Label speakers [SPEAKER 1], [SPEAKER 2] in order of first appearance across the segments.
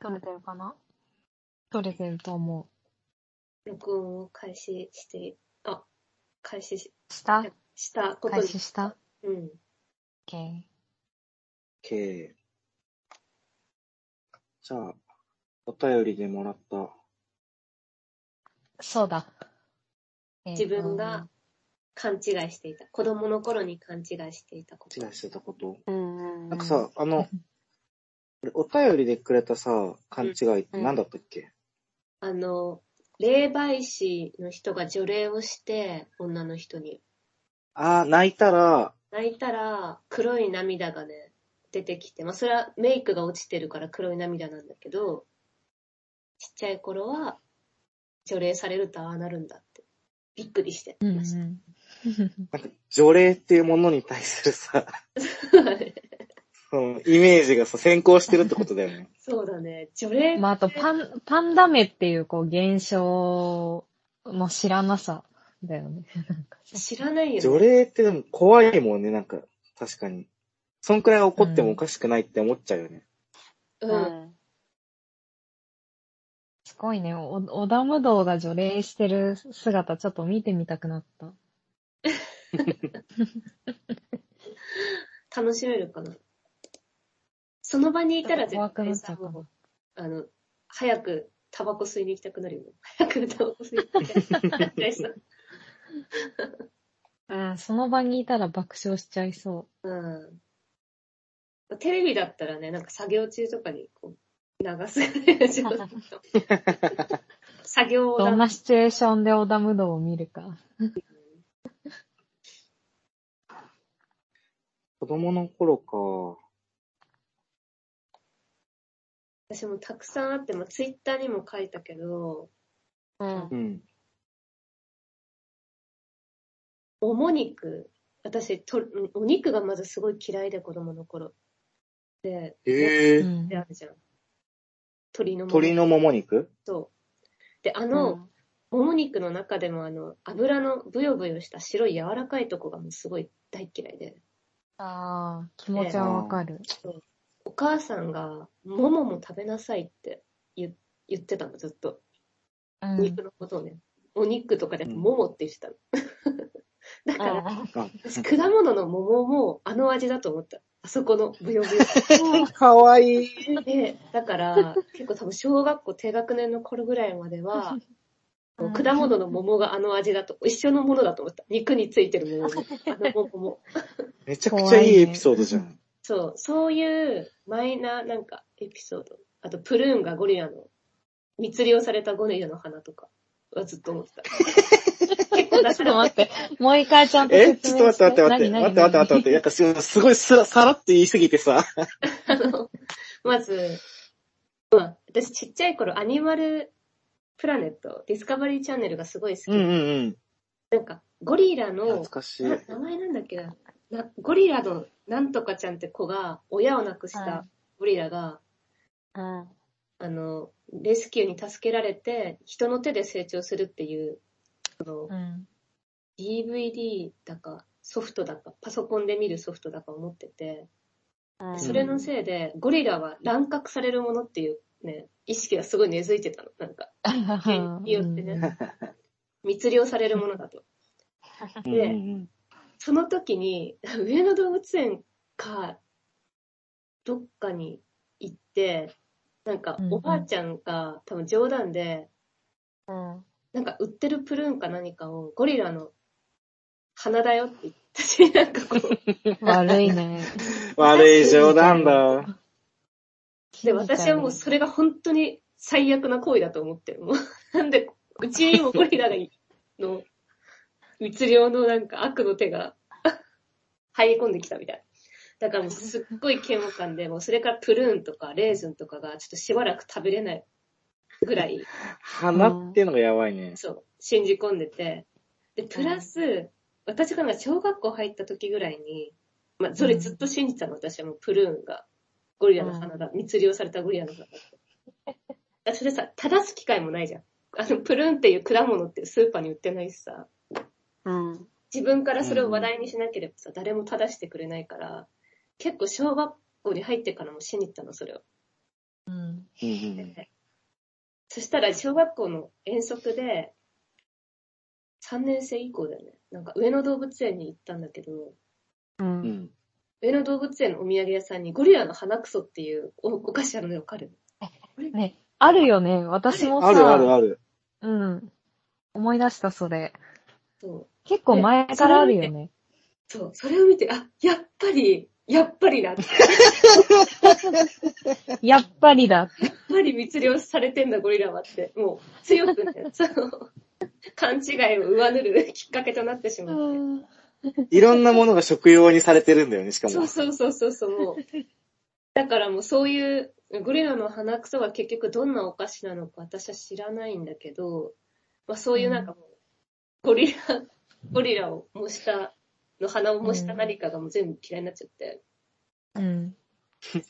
[SPEAKER 1] 取れてるかな
[SPEAKER 2] 取れてると思
[SPEAKER 3] 録音を開始して、あ、開始し
[SPEAKER 2] う。した
[SPEAKER 3] したこと
[SPEAKER 2] 開
[SPEAKER 3] に。
[SPEAKER 2] 始した
[SPEAKER 3] うん。
[SPEAKER 2] ?OK。
[SPEAKER 4] OK。じゃあ、お便りでもらった。
[SPEAKER 2] そうだ。えーと
[SPEAKER 3] 自分が。勘違いしていた。子供の頃に勘違いしていたこと。
[SPEAKER 4] 違いしてたこと。
[SPEAKER 1] うん
[SPEAKER 4] なんかさ、あ の、お便りでくれたさ、勘違いって何だったっけ、
[SPEAKER 3] あの、霊媒師の人が除霊をして、女の人に。
[SPEAKER 4] ああ、泣いたら、
[SPEAKER 3] 泣いたら、黒い涙がね、出てきて、まあ、それはメイクが落ちてるから黒い涙なんだけど、ちっちゃい頃は、除霊されるとああなるんだって。びっくりして
[SPEAKER 2] うんう
[SPEAKER 3] ました。
[SPEAKER 2] ん。
[SPEAKER 4] なんか、除霊っていうものに対するさ、 そのイメージがさ、先行してるってことだよ ね。
[SPEAKER 3] そうだね。除霊、
[SPEAKER 2] まあ、あと、パン、パンダ目っていう、こう、現象の知らなさだよね。
[SPEAKER 3] 知らないよ
[SPEAKER 4] 除
[SPEAKER 3] ね。
[SPEAKER 4] 霊ってでも怖いもんね、なんか、確かに。そんくらい怒ってもおかしくないって思っちゃうよね。
[SPEAKER 3] う。
[SPEAKER 1] うんん。
[SPEAKER 2] すごいね。お織田無道が除霊してる姿、ちょっと見てみたくなった。
[SPEAKER 3] 楽しめるかな。その場にいたら絶
[SPEAKER 2] 怖くな
[SPEAKER 3] 対
[SPEAKER 2] っちゃ
[SPEAKER 3] さ
[SPEAKER 2] う、かも。
[SPEAKER 3] あの、早くタバコ吸いに行きたくなるよね。早くタバコ吸いに行きたくなっちゃ いそう。
[SPEAKER 2] うん、その場にいたら爆笑しちゃいそ
[SPEAKER 3] うん。テレビだったらね、なんか作業中とかにこう、流すぐらいが ち ょっと作業
[SPEAKER 2] う。
[SPEAKER 3] だ
[SPEAKER 2] どんなシチュエーションで織田無道を見るか。
[SPEAKER 4] 子供の頃か。
[SPEAKER 3] 私もたくさんあって、まあ、ツイッターにも書いたけど、
[SPEAKER 1] うん。
[SPEAKER 4] うん。
[SPEAKER 3] おも肉、私と、お肉がまずすごい嫌いで、子供の頃。で、
[SPEAKER 4] へえ
[SPEAKER 2] う。ん
[SPEAKER 3] であるじゃん。鳥のもも
[SPEAKER 4] 鶏のもも肉
[SPEAKER 3] と、で、あの、もも肉の中でもあの、油のブヨブヨした白い柔らかいとこがもうすごい大嫌いで、
[SPEAKER 2] ああ、気持ちはわかる。
[SPEAKER 3] お母さんが、ももも食べなさいって言言ってたの、ずっと。
[SPEAKER 2] うん
[SPEAKER 3] 肉。のことをね。お肉とかでもももって言ってたの。 だから、
[SPEAKER 4] あ、
[SPEAKER 3] 私果物の桃もあの味だと思った。あそこのブ ヨブヨ。
[SPEAKER 4] かわいい。
[SPEAKER 3] で、だから、結構多分小学校低学年の頃ぐらいまでは、
[SPEAKER 2] うん
[SPEAKER 3] 果物の桃があの味だと、一緒のものだと思った。肉についてる桃も、あの桃も。
[SPEAKER 4] めちゃくちゃいいエピソードじゃん。
[SPEAKER 3] そう、そういうマイナーなんかエピソード。あと、プルーンがゴリラの、密漁されたゴリラの花とかはずっと思ってた。結構出
[SPEAKER 2] ち
[SPEAKER 3] せ
[SPEAKER 2] ょっと
[SPEAKER 3] な
[SPEAKER 2] 待って。 もう一回ちゃんと
[SPEAKER 4] えち
[SPEAKER 2] 説
[SPEAKER 4] ょ
[SPEAKER 2] 明
[SPEAKER 4] っ
[SPEAKER 2] して。
[SPEAKER 4] と待って待って待って。
[SPEAKER 2] 何
[SPEAKER 4] 待って待って待って待って。なんかすすごいすら、さらって言いすぎてさ。
[SPEAKER 3] あの、まず、まあ、私ちっちゃい頃アニマルプラネット、ディスカバリーチャンネルがすごい好き
[SPEAKER 4] うん
[SPEAKER 3] で、
[SPEAKER 4] うんうん。
[SPEAKER 3] なんか、ゴリラ
[SPEAKER 4] 懐
[SPEAKER 3] の、
[SPEAKER 4] かしい
[SPEAKER 3] な。名前なんだっけなな、ゴリラのなんとかちゃんって子が、親を亡くし
[SPEAKER 1] はい
[SPEAKER 3] たゴリラが、
[SPEAKER 1] うん。
[SPEAKER 3] あの、レスキューに助けられて、人の手で成長するっていう、あ
[SPEAKER 2] う
[SPEAKER 3] の、
[SPEAKER 2] ん。
[SPEAKER 3] DVD だか、ソフトだか、パソコンで見るソフトだかを持ってて、
[SPEAKER 1] うん。
[SPEAKER 3] それのせいで、ゴリラは乱獲されるものっていうね、意識がすごい根付いてたの。なんか、によってね密漁されるものだと。
[SPEAKER 4] うん
[SPEAKER 3] で
[SPEAKER 4] うん
[SPEAKER 3] その時に、 上野動物園か、どっかに行って、なんか
[SPEAKER 2] うんう、ん
[SPEAKER 3] おばあちゃんが、多分冗談で、
[SPEAKER 1] うん。
[SPEAKER 3] なんか売ってるプルーンか何かをゴリラの鼻だよって 言ったし、なんかこう、
[SPEAKER 2] うん 悪いね。
[SPEAKER 4] うん悪い冗談だ。
[SPEAKER 3] で、私はもうそれが本当に最悪な行為だと思ってる。もう、 なんで、うちにもゴリラがいの、密漁のなんか悪の手が 入り込んできたみたいな。だからもうすっごい嫌悪感で、もうそれからプルーンとかレーズンとかがちょっとしばらく食べれないぐらい、
[SPEAKER 4] 鼻っていうのがやばいね。
[SPEAKER 3] そう、信じ込んでて。で、プラス、私がなんか小学校入った時ぐらいに、まあ、それずっと信じたの、私はもうプルーンが、ゴリラの花だ、密漁されたゴリラの花だって。だそれさ、正す機会もないじゃん。あの、プルーンっていう果物ってスーパーに売ってないしさ、
[SPEAKER 1] うん。
[SPEAKER 3] 自分からそれを話題にしなければさ、誰も正してくれないから、結構小学校に入ってからも信じたの、それを。
[SPEAKER 2] うん。
[SPEAKER 4] うんうん
[SPEAKER 3] そしたら小学校の遠足で、3年生以降だよね。なんか上野動物園に行ったんだけど、
[SPEAKER 1] う。
[SPEAKER 4] うんん。
[SPEAKER 3] 上野動物園のお土産屋さんにゴリラの花クソっていうおお菓子あるのよわかる
[SPEAKER 2] ね、あるよね。私もさ、
[SPEAKER 4] あるあるある。
[SPEAKER 2] うん。思い出した、それ。
[SPEAKER 3] そう。
[SPEAKER 2] 結構前からあるよね。
[SPEAKER 3] そう。それを見て、あ、やっぱり、やっぱりだ。やっ
[SPEAKER 2] やっぱりだ。
[SPEAKER 3] ぱり密漁されてんだゴリラはって、もう強くね、その、勘違いを上塗るきっかけとなってしまって。
[SPEAKER 4] いろんなものが食用にされてるんだよね、しか
[SPEAKER 3] そ
[SPEAKER 4] も
[SPEAKER 3] う。そうそうそうそう、もう。だからもうそういう、ゴリラの鼻くそが結局どんなお菓子なのか私は知らないんだけど、まあそういうなんかもう、ゴリラ、ゴリラを模した、の鼻を模した何かがもう全部嫌いになっちゃって。
[SPEAKER 2] うん。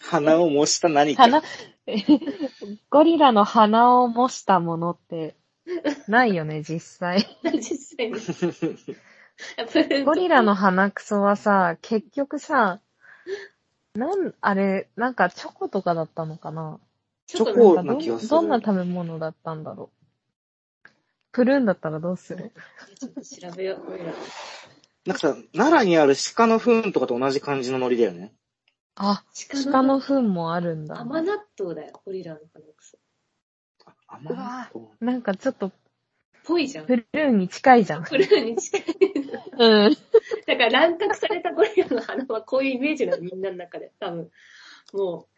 [SPEAKER 4] 鼻を模した何か。
[SPEAKER 2] 花、ゴリラの鼻を模したものって、ないよね、実際。
[SPEAKER 3] 実際に。やっぱり
[SPEAKER 2] ゴリラの鼻くそはさ、結局さ、なん、あれ、なんかチョコとかだったのかな
[SPEAKER 3] ちょっ
[SPEAKER 4] チョ
[SPEAKER 3] と
[SPEAKER 4] コ
[SPEAKER 2] なんかど
[SPEAKER 4] な気がす
[SPEAKER 2] ん
[SPEAKER 4] る
[SPEAKER 2] どんな食べ物だったんだろう。プルーンだったらどうする
[SPEAKER 3] ちょっと調べよう、ゴリラ。
[SPEAKER 4] なんかさ、奈良にある鹿の糞とかと同じ感じのノリだよね。
[SPEAKER 2] あ、鹿
[SPEAKER 3] 鹿
[SPEAKER 2] の
[SPEAKER 3] の
[SPEAKER 2] 糞もあるんだ。
[SPEAKER 3] 甘納豆だよ、ゴリラの鼻くそ。
[SPEAKER 4] あんまりこ
[SPEAKER 2] なんかちょっと
[SPEAKER 3] ぽいじ ゃん。
[SPEAKER 2] プルーンに近いじゃん。
[SPEAKER 3] これに近い。
[SPEAKER 2] うん。
[SPEAKER 3] だから乱獲されたゴリラの花はこういうイメージなの、みんなの中で。多分。も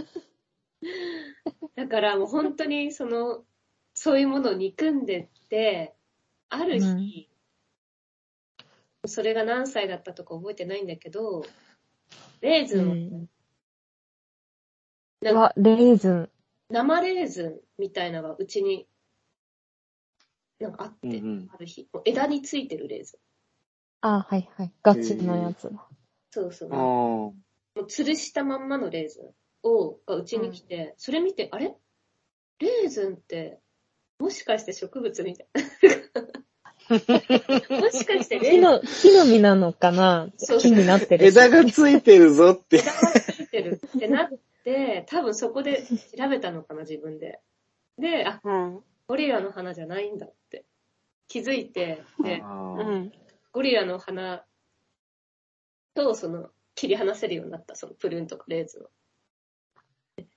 [SPEAKER 3] う、だからもう本当にその、そういうものを憎んでって、ある日、それが何歳だったとか覚えてないんだけど、レーズンを、
[SPEAKER 2] うわ、レーズン。
[SPEAKER 3] 生レーズンみたいなのがうちに、なんかあって、
[SPEAKER 4] う。うんうん。
[SPEAKER 3] ある日、もう枝についてるレーズン。
[SPEAKER 2] あ、はいはい。ガチのやつだ。
[SPEAKER 3] そうそう。
[SPEAKER 4] あ
[SPEAKER 3] も
[SPEAKER 4] あ。
[SPEAKER 3] う吊るしたまんまのレーズンを、がうちに来て、それ見て、あれレーズンって、もしかして植物みたい な。もしかしてレ
[SPEAKER 2] 木
[SPEAKER 3] ーズン
[SPEAKER 2] の、木の実なのかな
[SPEAKER 3] そう
[SPEAKER 2] 木になってる。
[SPEAKER 4] 枝がついてるぞって。
[SPEAKER 3] ついてるってなって、多分そこで調べたのかな、自分で。で、あ、
[SPEAKER 1] うん。
[SPEAKER 3] ゴリラの花じゃないんだって気づいて、で、
[SPEAKER 4] あ
[SPEAKER 1] うん。
[SPEAKER 3] ゴリラの花とその切り離せるようになった、そのプルーンとかレーズンを。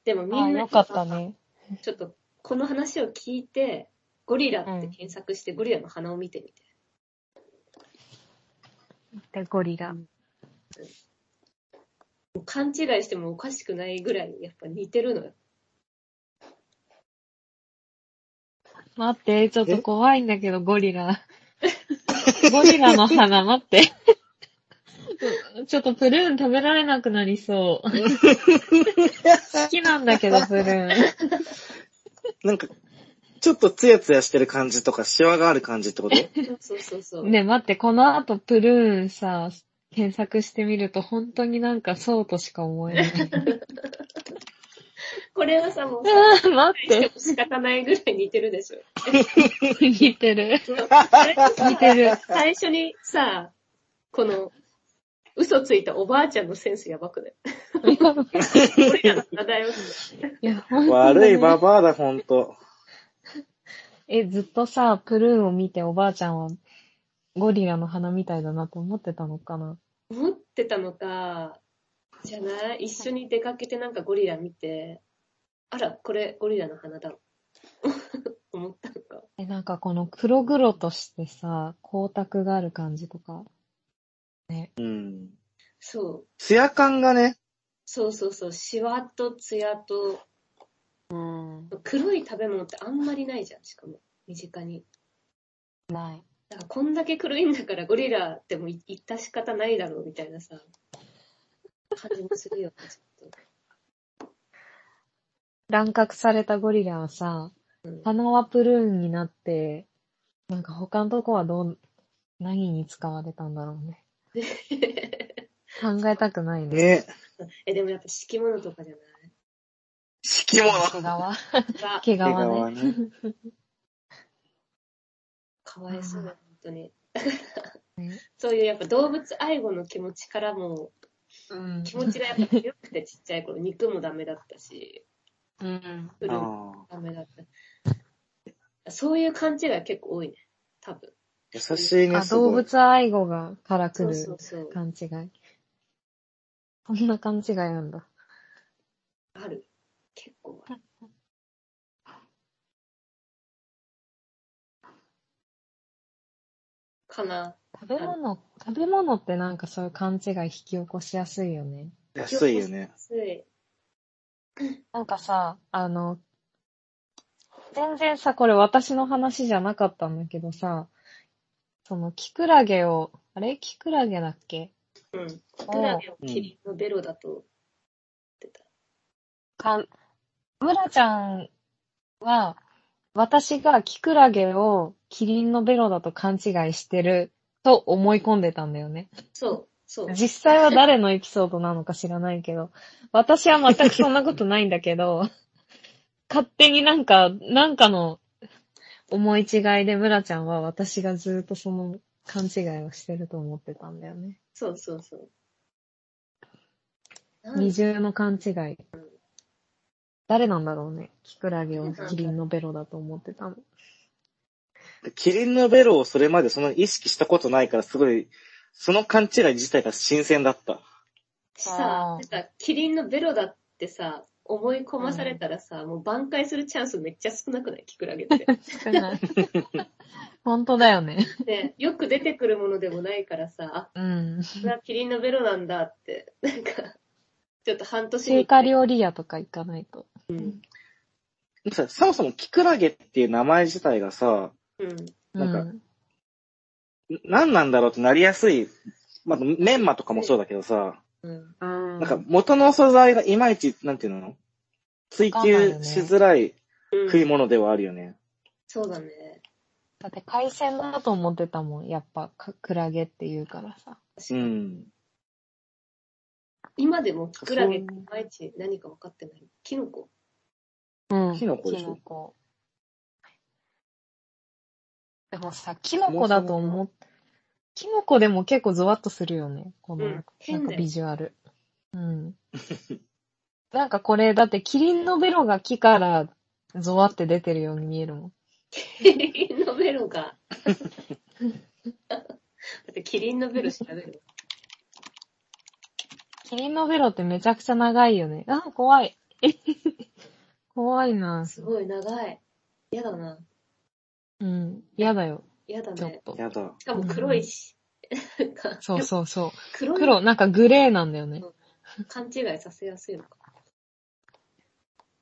[SPEAKER 3] でもみ
[SPEAKER 2] あ、
[SPEAKER 3] んな
[SPEAKER 2] よかったね。
[SPEAKER 3] ちょっとこの話を聞いて、ゴリラって検索してゴリラの花を見てみて。
[SPEAKER 2] で、ゴリラ。
[SPEAKER 3] もう勘違いしてもおかしくないぐらいやっぱ似てるのよ。
[SPEAKER 2] 待って、ちょっと怖いんだけど、ゴリ ラ。ゴリラの花、待って。 ちょっとプルーン食べられなくなりそう。好きなんだけど、プルーン。
[SPEAKER 4] なんか、ちょっとツヤツヤしてる感じとか、シワがある感じってこと
[SPEAKER 3] そうそうそう。
[SPEAKER 2] ねえ、待って、この後プルーンさ、検索してみると、本当になんかそうとしか思 えない。
[SPEAKER 3] これはさ、もうさ、
[SPEAKER 2] あー待
[SPEAKER 3] して
[SPEAKER 2] っ
[SPEAKER 3] も仕方ないぐらい似てるでしょ。
[SPEAKER 2] て、 似てる。
[SPEAKER 3] あれさ
[SPEAKER 2] 似て る。
[SPEAKER 3] 最初にさ、この、嘘ついたおばあちゃんのセンスやばくないゴリラの花だよって。
[SPEAKER 2] いや、本当だね
[SPEAKER 4] 悪いババアだ、ほんと。
[SPEAKER 2] え、ずっとさ、プルーンを見ておばあちゃんは、ゴリラの花みたいだなと思ってたのかな。
[SPEAKER 3] 思ってたのか、じゃない一緒に出かけてなんかゴリラ見て、あら、これゴリラの花だ。 思ったのか。
[SPEAKER 2] え、なんかこの黒々としてさ、光沢がある感じとか。
[SPEAKER 4] うん。
[SPEAKER 3] そう。
[SPEAKER 4] ツヤ感がね、
[SPEAKER 3] そうそうそう。シワとツヤと、
[SPEAKER 1] うん。
[SPEAKER 3] 黒い食べ物ってあんまりないじゃん、しかも。身近に。
[SPEAKER 1] ない。
[SPEAKER 3] だからこんだけ黒いんだからゴリラでもい行った仕方ないだろうみたいなさ、感じもするよね、ちょっと。
[SPEAKER 2] 乱獲されたゴリラはさ、
[SPEAKER 3] うん
[SPEAKER 2] 花はプルーンになって、なんか他のとこはどう、何に使われたんだろうね。考えたくないね。
[SPEAKER 4] ね、
[SPEAKER 3] え、でもやっぱ敷物とかじゃな
[SPEAKER 4] 敷物。
[SPEAKER 2] 毛皮。
[SPEAKER 3] いが、
[SPEAKER 2] 毛皮
[SPEAKER 4] 毛皮は
[SPEAKER 2] ね。
[SPEAKER 4] ね。
[SPEAKER 3] かわいそうだ、本当に。
[SPEAKER 2] ね
[SPEAKER 3] そういうやっぱ動物愛護の気持ちからも、
[SPEAKER 2] うん。
[SPEAKER 3] 気持ちがやっぱ強くてちっちゃい頃、肉もダメだったし、
[SPEAKER 2] うん。
[SPEAKER 3] フルーツも
[SPEAKER 4] ああ。
[SPEAKER 3] ダメだった。そういう勘違い結構多いね。多分。
[SPEAKER 4] 優しいね、
[SPEAKER 2] あ、
[SPEAKER 4] す
[SPEAKER 2] 動
[SPEAKER 4] ごい。
[SPEAKER 2] 物愛護がから
[SPEAKER 3] そ
[SPEAKER 2] 来
[SPEAKER 3] うそう
[SPEAKER 2] る
[SPEAKER 3] そう。
[SPEAKER 2] 勘違い。こんな勘違いなんだ。
[SPEAKER 3] ある。結構ある。かな。
[SPEAKER 2] 食べ物、食べ物ってなんかそういう勘違い引き起こしやすいよね。
[SPEAKER 4] 安いよね。
[SPEAKER 3] つい。
[SPEAKER 2] なんかさ、あの、全然さ、これ私の話じゃなかったんだけどさ、その、キクラゲを、あれキクラゲだっけ
[SPEAKER 3] うん。キクラゲをキリンのベロだと思ってた。
[SPEAKER 2] かん、ムラちゃんは、私がキクラゲをキリンのベロだと勘違いしてると思い込んでたんだよね。
[SPEAKER 3] そう、そう。
[SPEAKER 2] 実際は誰のエピソードなのか知らないけど、私は全くそんなことないんだけど、 勝手になんか、なんかの思い違いでムラちゃんは私がずっとその勘違いをしてると思ってたんだよね。
[SPEAKER 3] そうそうそう。なん
[SPEAKER 2] 二重の勘違い。誰なんだろうね。キクラゲをキリンのベロだと思ってたの。
[SPEAKER 4] キリンのベロをそれまでそんなに意識したことないから、すごい、その勘違い自体が新鮮だった。
[SPEAKER 3] さ
[SPEAKER 2] あ、ー
[SPEAKER 3] なんか、キリンのベロだってさ、思い込まされたらさ、もう挽回するチャンスめっちゃ少なくないキクラゲって。
[SPEAKER 2] 少ない。 本当だよね。
[SPEAKER 3] ね、よく出てくるものでもないからさ、あ、
[SPEAKER 2] うん。
[SPEAKER 3] これはキリンのベロなんだって、なんか、ちょっと半年
[SPEAKER 2] 中
[SPEAKER 3] に、
[SPEAKER 2] 華料理屋とか行かないと。
[SPEAKER 4] さそもそもキクラゲっていう名前自体がさ、
[SPEAKER 3] うん、
[SPEAKER 4] なんか
[SPEAKER 2] うん
[SPEAKER 4] ん何なんだろうってなりやすい。まあ、メンマとかもそうだけどさ、
[SPEAKER 3] うん、
[SPEAKER 1] うん。
[SPEAKER 4] なんか元の素材がいまいち、なんていうの追求しづらい食い物ではあるよね。
[SPEAKER 3] そうだね。
[SPEAKER 2] だって海鮮だと思ってたもん。やっぱ、かクラゲって言うからさ。
[SPEAKER 4] うん。
[SPEAKER 3] 今でもキクラゲっていまいち何か分かってない。キノコ
[SPEAKER 2] うん
[SPEAKER 4] キノコで
[SPEAKER 2] キ
[SPEAKER 4] しょ
[SPEAKER 2] ノコ。でもさ、キノコだと
[SPEAKER 4] そもそ
[SPEAKER 2] 思っ、キノコでも結構ゾワッとするよね。この、
[SPEAKER 3] うん
[SPEAKER 2] な
[SPEAKER 3] 変
[SPEAKER 2] ん
[SPEAKER 3] だ
[SPEAKER 2] か
[SPEAKER 3] よ
[SPEAKER 2] ビジュアル。うん。 なんかこれ、だってキリンのベロが木からゾワって出てるように見えるもん。
[SPEAKER 3] キリンのベロが。だってキリンのベロ調べる。
[SPEAKER 2] キリンのベロってめちゃくちゃ長いよね。あ、怖い。 怖いな。
[SPEAKER 3] すごい長い。嫌だな。
[SPEAKER 2] うん。嫌だよ、
[SPEAKER 3] 嫌だ
[SPEAKER 2] ちょっ
[SPEAKER 3] ね。
[SPEAKER 2] と。
[SPEAKER 4] やだ
[SPEAKER 3] し。かも黒いし。なんか、
[SPEAKER 2] そうそうそう。
[SPEAKER 3] 黒い
[SPEAKER 2] 黒、なんかグレーなんだよね。
[SPEAKER 3] 勘違いさせやすいのか。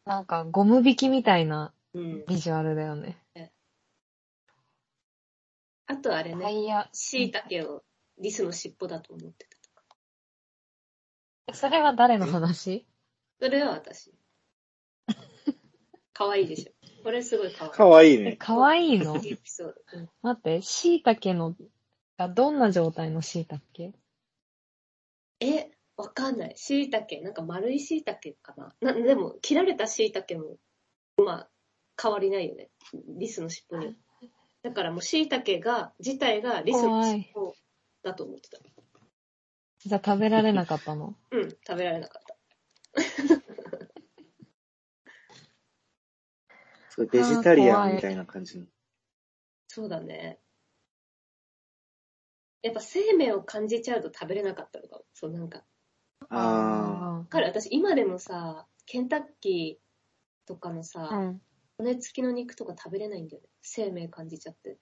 [SPEAKER 2] なんかゴム引きみたいな
[SPEAKER 3] うん。
[SPEAKER 2] ビジュアルだよね。
[SPEAKER 3] あとあれ
[SPEAKER 2] タ
[SPEAKER 3] ね、
[SPEAKER 2] イヤ。
[SPEAKER 3] 椎茸をリスの尻尾だと思ってた。
[SPEAKER 2] それは誰の話
[SPEAKER 3] それは私。可愛いでしょ。これすごい可
[SPEAKER 4] かわいい
[SPEAKER 2] え、
[SPEAKER 4] ね。
[SPEAKER 2] かわいい
[SPEAKER 3] 愛
[SPEAKER 2] の
[SPEAKER 3] い。エピソード。うん
[SPEAKER 2] 待って、椎茸の、がどんな状態の椎茸
[SPEAKER 3] え、わかんない。椎茸、なんか丸い椎茸かな。な、でも、切られた椎茸も、まあ、変わりないよね。リスの尻尾に。だからもう椎茸が、自体がリスの尻尾だと思ってた。
[SPEAKER 2] じゃあ食べられなかった の。
[SPEAKER 3] うん、食べられなかった。
[SPEAKER 4] すごいベジタリアンみたいな感じの。
[SPEAKER 3] そうだね。やっぱ生命を感じちゃうと食べれなかったのかも。そう、なんか。
[SPEAKER 4] あ
[SPEAKER 3] だから私、今でもさ、ケンタッキーとかのさ、
[SPEAKER 1] うん。
[SPEAKER 3] 骨付きの肉とか食べれないんだよね。生命感じちゃって。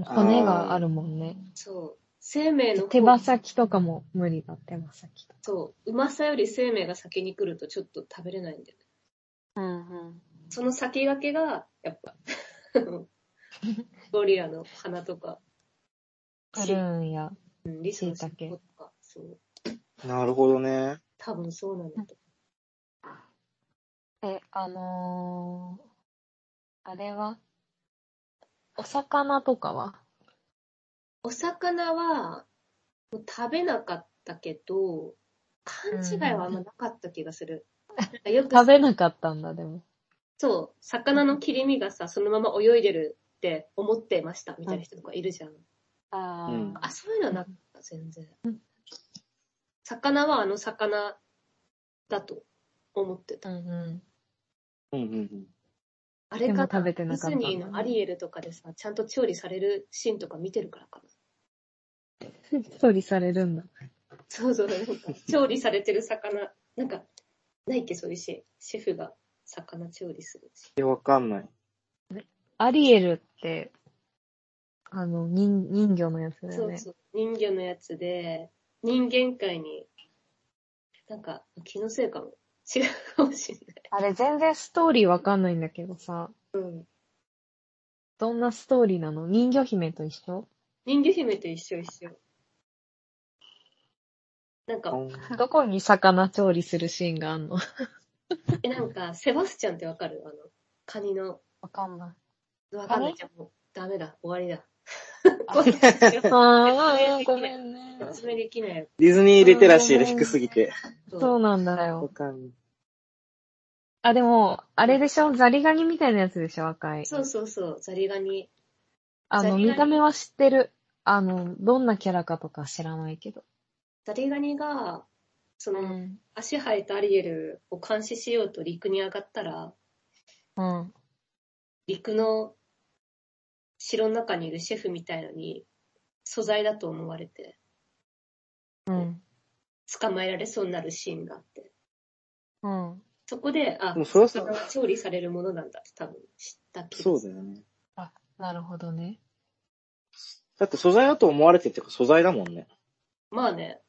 [SPEAKER 2] ー。骨があるもんね。
[SPEAKER 3] そう。生命の方
[SPEAKER 2] 手羽先とかも無理だ、手羽先とか。
[SPEAKER 3] そう。うまさより生命が先に来るとちょっと食べれないんだよね。
[SPEAKER 1] うんうん。
[SPEAKER 3] その先駆けが、やっぱ、ゴリラの花とか、
[SPEAKER 2] プルーンや。
[SPEAKER 3] うんリスの尻尾とか、そう。
[SPEAKER 4] あ、なるほどね。
[SPEAKER 3] 多分そうなんだと
[SPEAKER 2] え、あのー、あれはお魚とかは
[SPEAKER 3] お魚は、もう食べなかったけど、勘違いはあんまなかった気がする。 なんかよくさ
[SPEAKER 2] 食べなかったんだ、でも。
[SPEAKER 3] そう、魚の切り身がさ、そのまま泳いでるって思ってましたみたいな人とかいるじゃん。
[SPEAKER 1] ああ。
[SPEAKER 4] うん
[SPEAKER 3] あ、そういうのはなかった、全然。魚はあの魚だと思ってた。
[SPEAKER 2] うんうん。
[SPEAKER 4] うんうんうん。
[SPEAKER 3] あれか
[SPEAKER 2] でも
[SPEAKER 3] な
[SPEAKER 2] 食べてなかった
[SPEAKER 3] ディズニーのアリエルとかでさ、ちゃんと調理されるシーンとか見てるからかな。
[SPEAKER 2] 処理されるんだ。
[SPEAKER 3] そうそう、なんか 調理されてる魚、なんか、ないっけ、そういうシーン。シェフが魚調理するシ
[SPEAKER 4] え、わかんない。
[SPEAKER 2] アリエルって、あの、人、人魚のやつ
[SPEAKER 3] ーン。
[SPEAKER 2] だ
[SPEAKER 3] そ
[SPEAKER 2] よ
[SPEAKER 3] う
[SPEAKER 2] ね。
[SPEAKER 3] そう。人魚のやつで、人間界に、なんか、気のせいかも。違うかもしれない。
[SPEAKER 2] あれ全然ストーリーわかんないんだけどさ、
[SPEAKER 3] うん。
[SPEAKER 2] どんなストーリーなの人魚姫と一緒
[SPEAKER 3] 人魚姫と一緒一緒。なんか、
[SPEAKER 2] どこに魚調理するシーンがあんの
[SPEAKER 3] え、なんか、セバスチャンってわかるあの、カニの、
[SPEAKER 2] わかんない。
[SPEAKER 3] わかんな
[SPEAKER 2] あ
[SPEAKER 3] い
[SPEAKER 2] れ
[SPEAKER 3] じゃん。もう、ダメだ。終わりだ。
[SPEAKER 2] ああー、うん、ごめんね。
[SPEAKER 3] 説明できないよ。
[SPEAKER 4] ディズニーリテラシーが低すぎて。
[SPEAKER 2] そうなんだ
[SPEAKER 4] わ
[SPEAKER 2] よ。
[SPEAKER 4] かんない。
[SPEAKER 2] あ、でも、あれでしょザリガニみたいなやつでしょ赤い。
[SPEAKER 3] そうそうそう、ザリガニ。
[SPEAKER 2] あ
[SPEAKER 3] ザ
[SPEAKER 2] の、
[SPEAKER 3] リガニ
[SPEAKER 2] 見た目は知ってる。あの、どんなキャラかとか知らないけど。
[SPEAKER 3] ザリガニが、そうの、
[SPEAKER 2] ん。
[SPEAKER 3] 足生えたアリエルを監視しようと陸に上がったら、
[SPEAKER 2] うん。
[SPEAKER 3] 陸の城の中にいるシェフみたいのに、素材だと思われて、
[SPEAKER 2] うん。
[SPEAKER 3] 捕まえられそうになるシーンがあって。
[SPEAKER 2] うん。
[SPEAKER 3] そこで、あ
[SPEAKER 4] でも、それは
[SPEAKER 3] 魚
[SPEAKER 4] さ、
[SPEAKER 3] は調理されるものなんだって多分知った気が
[SPEAKER 4] そうだよね。
[SPEAKER 2] なるほど ね。
[SPEAKER 4] だって素材だと思われてっていうか素材だもんね。
[SPEAKER 3] まあ ね、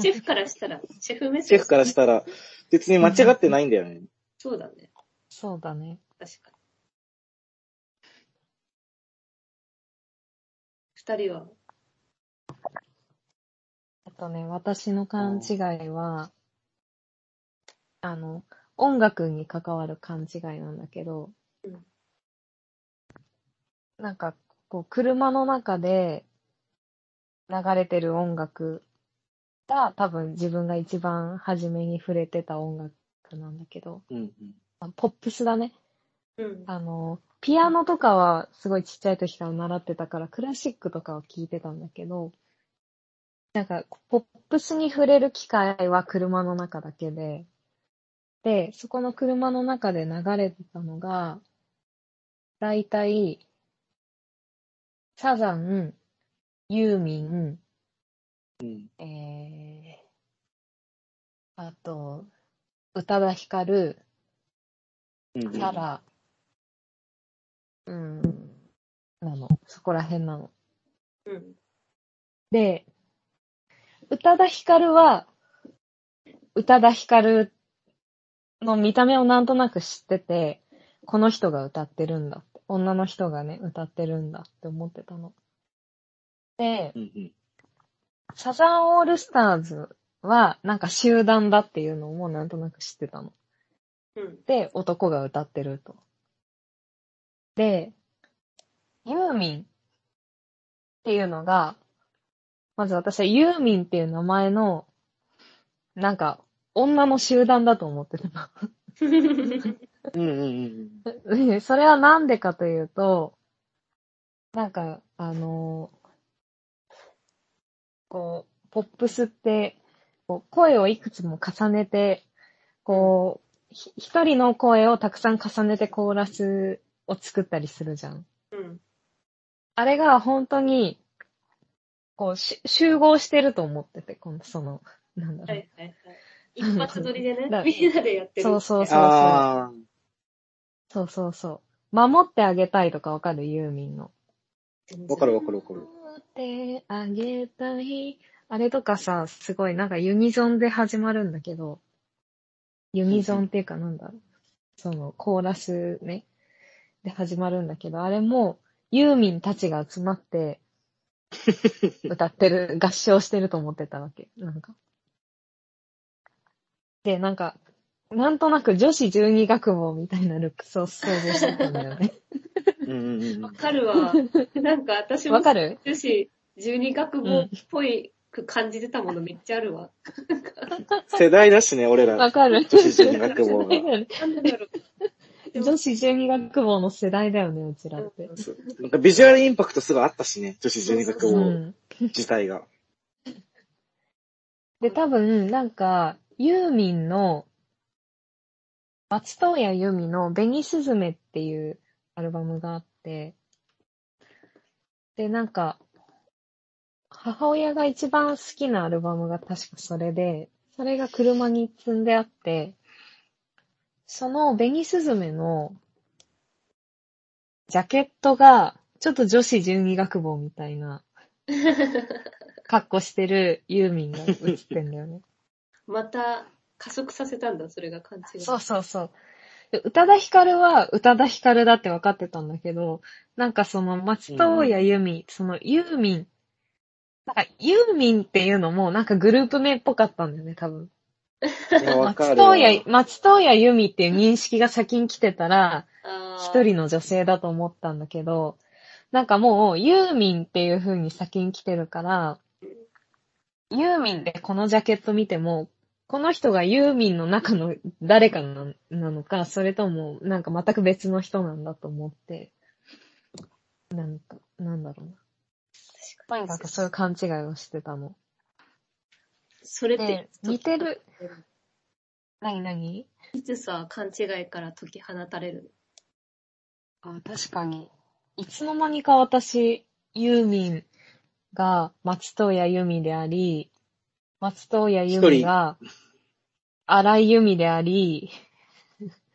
[SPEAKER 3] シェフからしたら、シェフ目線
[SPEAKER 4] シェフからしたら別に間違ってないんだよね。
[SPEAKER 3] そうだね、
[SPEAKER 2] そうだね。
[SPEAKER 3] 確かに。二人は、
[SPEAKER 2] あとね、私の勘違いは、あの、音楽に関わる勘違いなんだけど、
[SPEAKER 3] うん
[SPEAKER 2] なんか、こう、車の中で流れてる音楽が多分自分が一番初めに触れてた音楽なんだけど、
[SPEAKER 4] うんうん。
[SPEAKER 2] あポップスだね。
[SPEAKER 3] うん。
[SPEAKER 2] あの、ピアノとかはすごいちっちゃい時から習ってたから、クラシックとかは聞いてたんだけど、なんか、ポップスに触れる機会は車の中だけで、で、そこの車の中で流れてたのが、だいたい、サザン、ユーミン、
[SPEAKER 4] うん。
[SPEAKER 2] えー、あと、宇多田ヒカル、
[SPEAKER 4] うん
[SPEAKER 2] ただ、うん、なの。そこら辺なの。
[SPEAKER 3] うん。
[SPEAKER 2] で、宇多田ヒカルは、宇多田ヒカルの見た目をなんとなく知ってて、この人が歌ってるんだって。女の人がね、歌ってるんだって思ってたの。で、
[SPEAKER 4] うんうん。
[SPEAKER 2] サザンオールスターズは、なんか集団だっていうのもなんとなく知ってたの。
[SPEAKER 3] うん。
[SPEAKER 2] で、男が歌ってると。で、ユーミンっていうのが、まず私はユーミンっていう名前の、なんか、女の集団だと思ってたの。
[SPEAKER 4] うんうんうん
[SPEAKER 2] で それはなんでかというと、なんか、あのこう、ポップスって、こう声をいくつも重ねて、こう、ひ一人の声をたくさん重ねてコーラスを作ったりするじゃん。
[SPEAKER 3] うん。
[SPEAKER 2] あれが本当に、こう、し集合してると思ってて、この、その、なんだ
[SPEAKER 3] は
[SPEAKER 2] ろう。
[SPEAKER 3] いはいはい。一発撮りで ね
[SPEAKER 2] だ、
[SPEAKER 3] みんなでやってる。
[SPEAKER 2] そうそうそうそう。
[SPEAKER 4] あ
[SPEAKER 2] そうそうそう。守ってあげたいとかわかるユーミンの。
[SPEAKER 4] あ、わかるわかるわかる。
[SPEAKER 2] ってあげたい。あれとかさ、すごいなんかユニゾンで始まるんだけど、ユニゾンっていうかなんだろう。そのコーラスね、で始まるんだけど、あれもユーミンたちが集ま って、歌ってる、合唱してると思ってたわけ。なんか。で、なんか、なんとなく女子十二学坊みたいなルックスを想像してたんだよ ね。
[SPEAKER 4] うんうんうん
[SPEAKER 3] わかるわ。なんか私
[SPEAKER 2] わ
[SPEAKER 3] も
[SPEAKER 2] かる
[SPEAKER 3] 女子十二学部っぽいく感じてたものめっちゃあるわ。
[SPEAKER 4] 世代だしね、俺ら。
[SPEAKER 2] わかる。
[SPEAKER 4] 女子十二学坊が
[SPEAKER 3] なんだろう。
[SPEAKER 2] 女子十二学坊の世代だよね、うちらって。
[SPEAKER 4] なんかビジュアルインパクトすごいあったしね、女子十二学
[SPEAKER 2] う
[SPEAKER 4] 部
[SPEAKER 2] ん。
[SPEAKER 4] 自体が。
[SPEAKER 2] で、多分、なんか、ユーミンの、松任谷由実の紅雀っていうアルバムがあって、で、なんか、母親が一番好きなアルバムが確かそれで、それが車に積んであって、その紅雀のジャケットが、ちょっと女子十二学坊みたいな格好してるユーミンが映ってんだよ ね。
[SPEAKER 3] また加速させたんだ、それが勘違い。
[SPEAKER 2] そうそうそう。で宇多田ヒカルは宇多田ヒカルだって分かってたんだけど、なんかその松任谷由実、そのユーミン、なんかユーミンっていうのもなんかグループ名っぽかったんだよね、多分。
[SPEAKER 4] いや、わか
[SPEAKER 2] 松
[SPEAKER 4] るわ。
[SPEAKER 2] 任谷、松任谷由実っていう認識が先に来てたら、
[SPEAKER 3] あー
[SPEAKER 2] 一人の女性だと思ったんだけど、なんかもうユーミンっていう風に先に来てるから、ユーミンでこのジャケット見ても、この人がユーミンの中の誰かななのか、それともなんか全く別の人なんだと思って、なんか、なんだろうな。とにかくそういう勘違いをしてたの。
[SPEAKER 3] それって
[SPEAKER 2] で、、似てる。なになに
[SPEAKER 3] いつさ、勘違いから解き放たれる
[SPEAKER 2] あ確かに。いつの間にか私、ユーミンが松任谷由実であり、松任谷由実が荒井由実であり、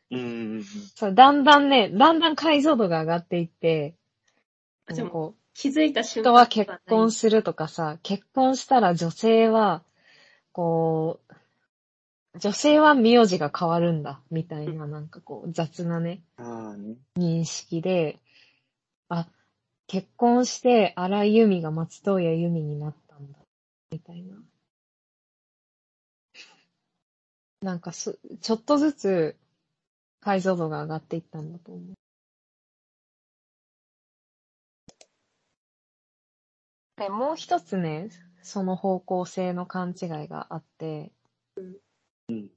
[SPEAKER 4] うん。
[SPEAKER 2] そうだんだんね、だんだん解像度が上がっていって、
[SPEAKER 3] あじゃあ
[SPEAKER 2] こう
[SPEAKER 3] 気づいた瞬間
[SPEAKER 2] 人は結婚
[SPEAKER 3] し
[SPEAKER 2] するとかさ、結婚したら女性は、こう、女性は名字が変わるんだ、みたいな、なんかこう、雑なね、
[SPEAKER 4] ああね。
[SPEAKER 2] 認識で、あ、結婚して荒井由実が松任谷由実になったんだ、みたいな。なんかそ、ちょっとずつ解像度が上がっていったんだと思う。で、もう一つね、その方向性の勘違いがあって、
[SPEAKER 4] うん。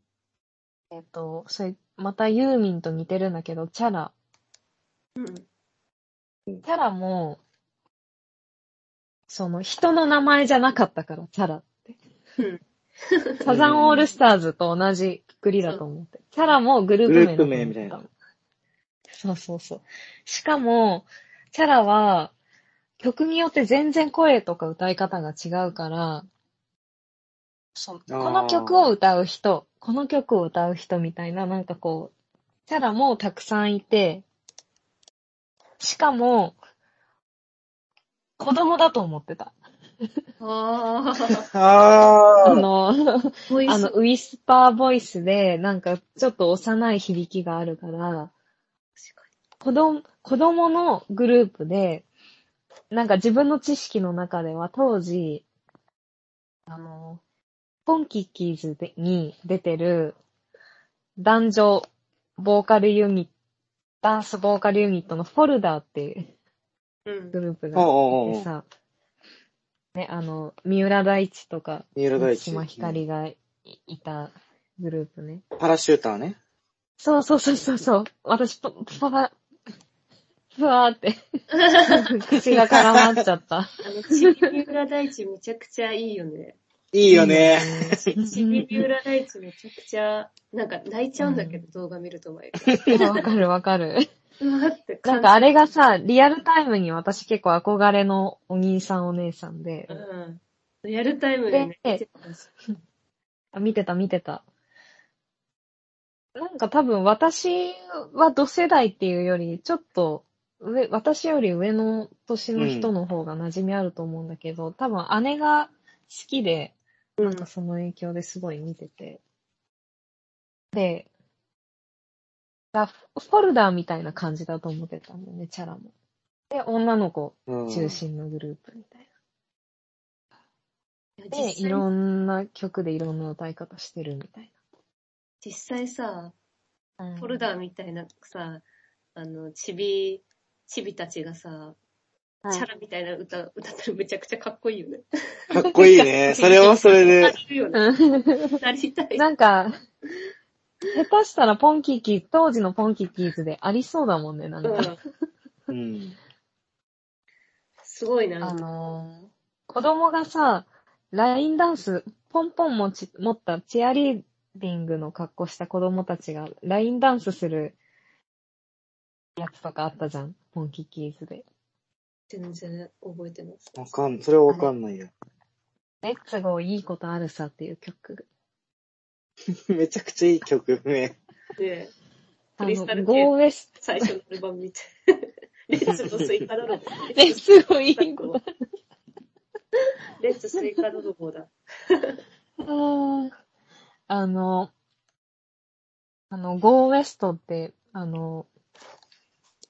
[SPEAKER 2] えっと、それ、またユーミンと似てるんだけど、チャラ。チャラも、その人の名前じゃなかったから、チャラって。サザンオールスターズと同じくくりだと思って。チャラもグループ名だと思って
[SPEAKER 4] グループ名みたいな。
[SPEAKER 2] そうそうそう。しかも、チャラは、曲によって全然声とか歌い方が違うから、そ
[SPEAKER 4] あー
[SPEAKER 2] この曲を歌う人、この曲を歌う人みたいな、なんかこう、チャラもたくさんいて、しかも、子供だと思ってた。
[SPEAKER 3] ああ、
[SPEAKER 4] あ
[SPEAKER 2] あ
[SPEAKER 4] あ。
[SPEAKER 2] の、
[SPEAKER 3] ボイ
[SPEAKER 2] あ
[SPEAKER 3] ス
[SPEAKER 2] の、ウィスパーボイスで、なんか、ちょっと幼い響きがあるから、子供、子供のグループで、なんか自分の知識の中では当時、あの、ポンキッキーズでに出てる、男女、ボーカルユニット、ダンスボーカルユニットのフォルダーっていう
[SPEAKER 3] うん
[SPEAKER 2] グループが
[SPEAKER 4] おうおうお
[SPEAKER 2] いうてさ、ね、あの、三浦大知とか、
[SPEAKER 4] 三浦大
[SPEAKER 2] 松
[SPEAKER 4] 知。
[SPEAKER 2] 島ひかりがいいたグループね。
[SPEAKER 4] うんパラシューターね。
[SPEAKER 2] そうそうそうそうそう。私、パパパ、ふわーって。口が絡まっちゃった。
[SPEAKER 3] あの、ちび三浦大地めちゃくちゃいいよね。
[SPEAKER 4] いいよね。
[SPEAKER 3] ちび三浦大地めちゃくちゃ、なんか泣いちゃうんだけど、動画見ると前。
[SPEAKER 2] わかるわかる。
[SPEAKER 3] うわって
[SPEAKER 2] な
[SPEAKER 3] 感
[SPEAKER 2] んかあれがさ、リアルタイムに私結構憧れのお兄さんお姉さんで
[SPEAKER 3] じ。、うん。やるタイムでね。
[SPEAKER 2] であ見てた見てた。なんか多分私は同世代っていうより、ちょっと上、私より上の年の人の方が馴染みあると思うんだけど、多分姉が好きで、
[SPEAKER 3] う
[SPEAKER 2] なんんかその影響ですごい見てて。で、ラフフォルダーみたいな感じだと思ってたんだよね、チャラも。で、女の子
[SPEAKER 4] うん
[SPEAKER 2] 中心のグループみたいな。
[SPEAKER 3] 実
[SPEAKER 2] で、い
[SPEAKER 3] 際
[SPEAKER 2] ろんな曲でいろんな歌い方してるみたい
[SPEAKER 3] 実際さ、
[SPEAKER 2] な。
[SPEAKER 3] フォルダーみたいなさ、あの、ちび、ちびたちがさ、チャラみたいな歌、歌ったらめちゃくちゃかっこいいよね。
[SPEAKER 4] かっこ いいね。それはそ れ
[SPEAKER 3] な
[SPEAKER 4] で。
[SPEAKER 3] りるよね。
[SPEAKER 2] うん
[SPEAKER 3] なりたい。
[SPEAKER 2] なん か、下手したらポンキッキー、当時のポンキッキーズでありそうだもんね、なん
[SPEAKER 3] う
[SPEAKER 2] か。
[SPEAKER 3] ん。
[SPEAKER 4] うん。
[SPEAKER 3] すごい
[SPEAKER 2] あ
[SPEAKER 3] な。
[SPEAKER 2] のー子供がさ、ラインダンス、ポンポン持ち、持ったチアリーディングの格好した子供たちがラインダンスするやつとかあったじゃん。モンキーキーズで。
[SPEAKER 3] 全然覚えてます。
[SPEAKER 4] わかん、それはわかんないよ。
[SPEAKER 2] レッツゴーいいことあるさっていう曲。
[SPEAKER 4] めちゃくちゃいい曲名。
[SPEAKER 3] で、
[SPEAKER 2] あ
[SPEAKER 3] クリスタ
[SPEAKER 2] の、
[SPEAKER 3] ル系
[SPEAKER 2] ゴーウェス
[SPEAKER 3] 最初のアルバ ム見て。レッツのスイカ泥棒。
[SPEAKER 2] レッツゴーいいことある。
[SPEAKER 3] レッツスイカ泥棒だ。
[SPEAKER 2] あーあの、あの、ゴーウェストって、あの、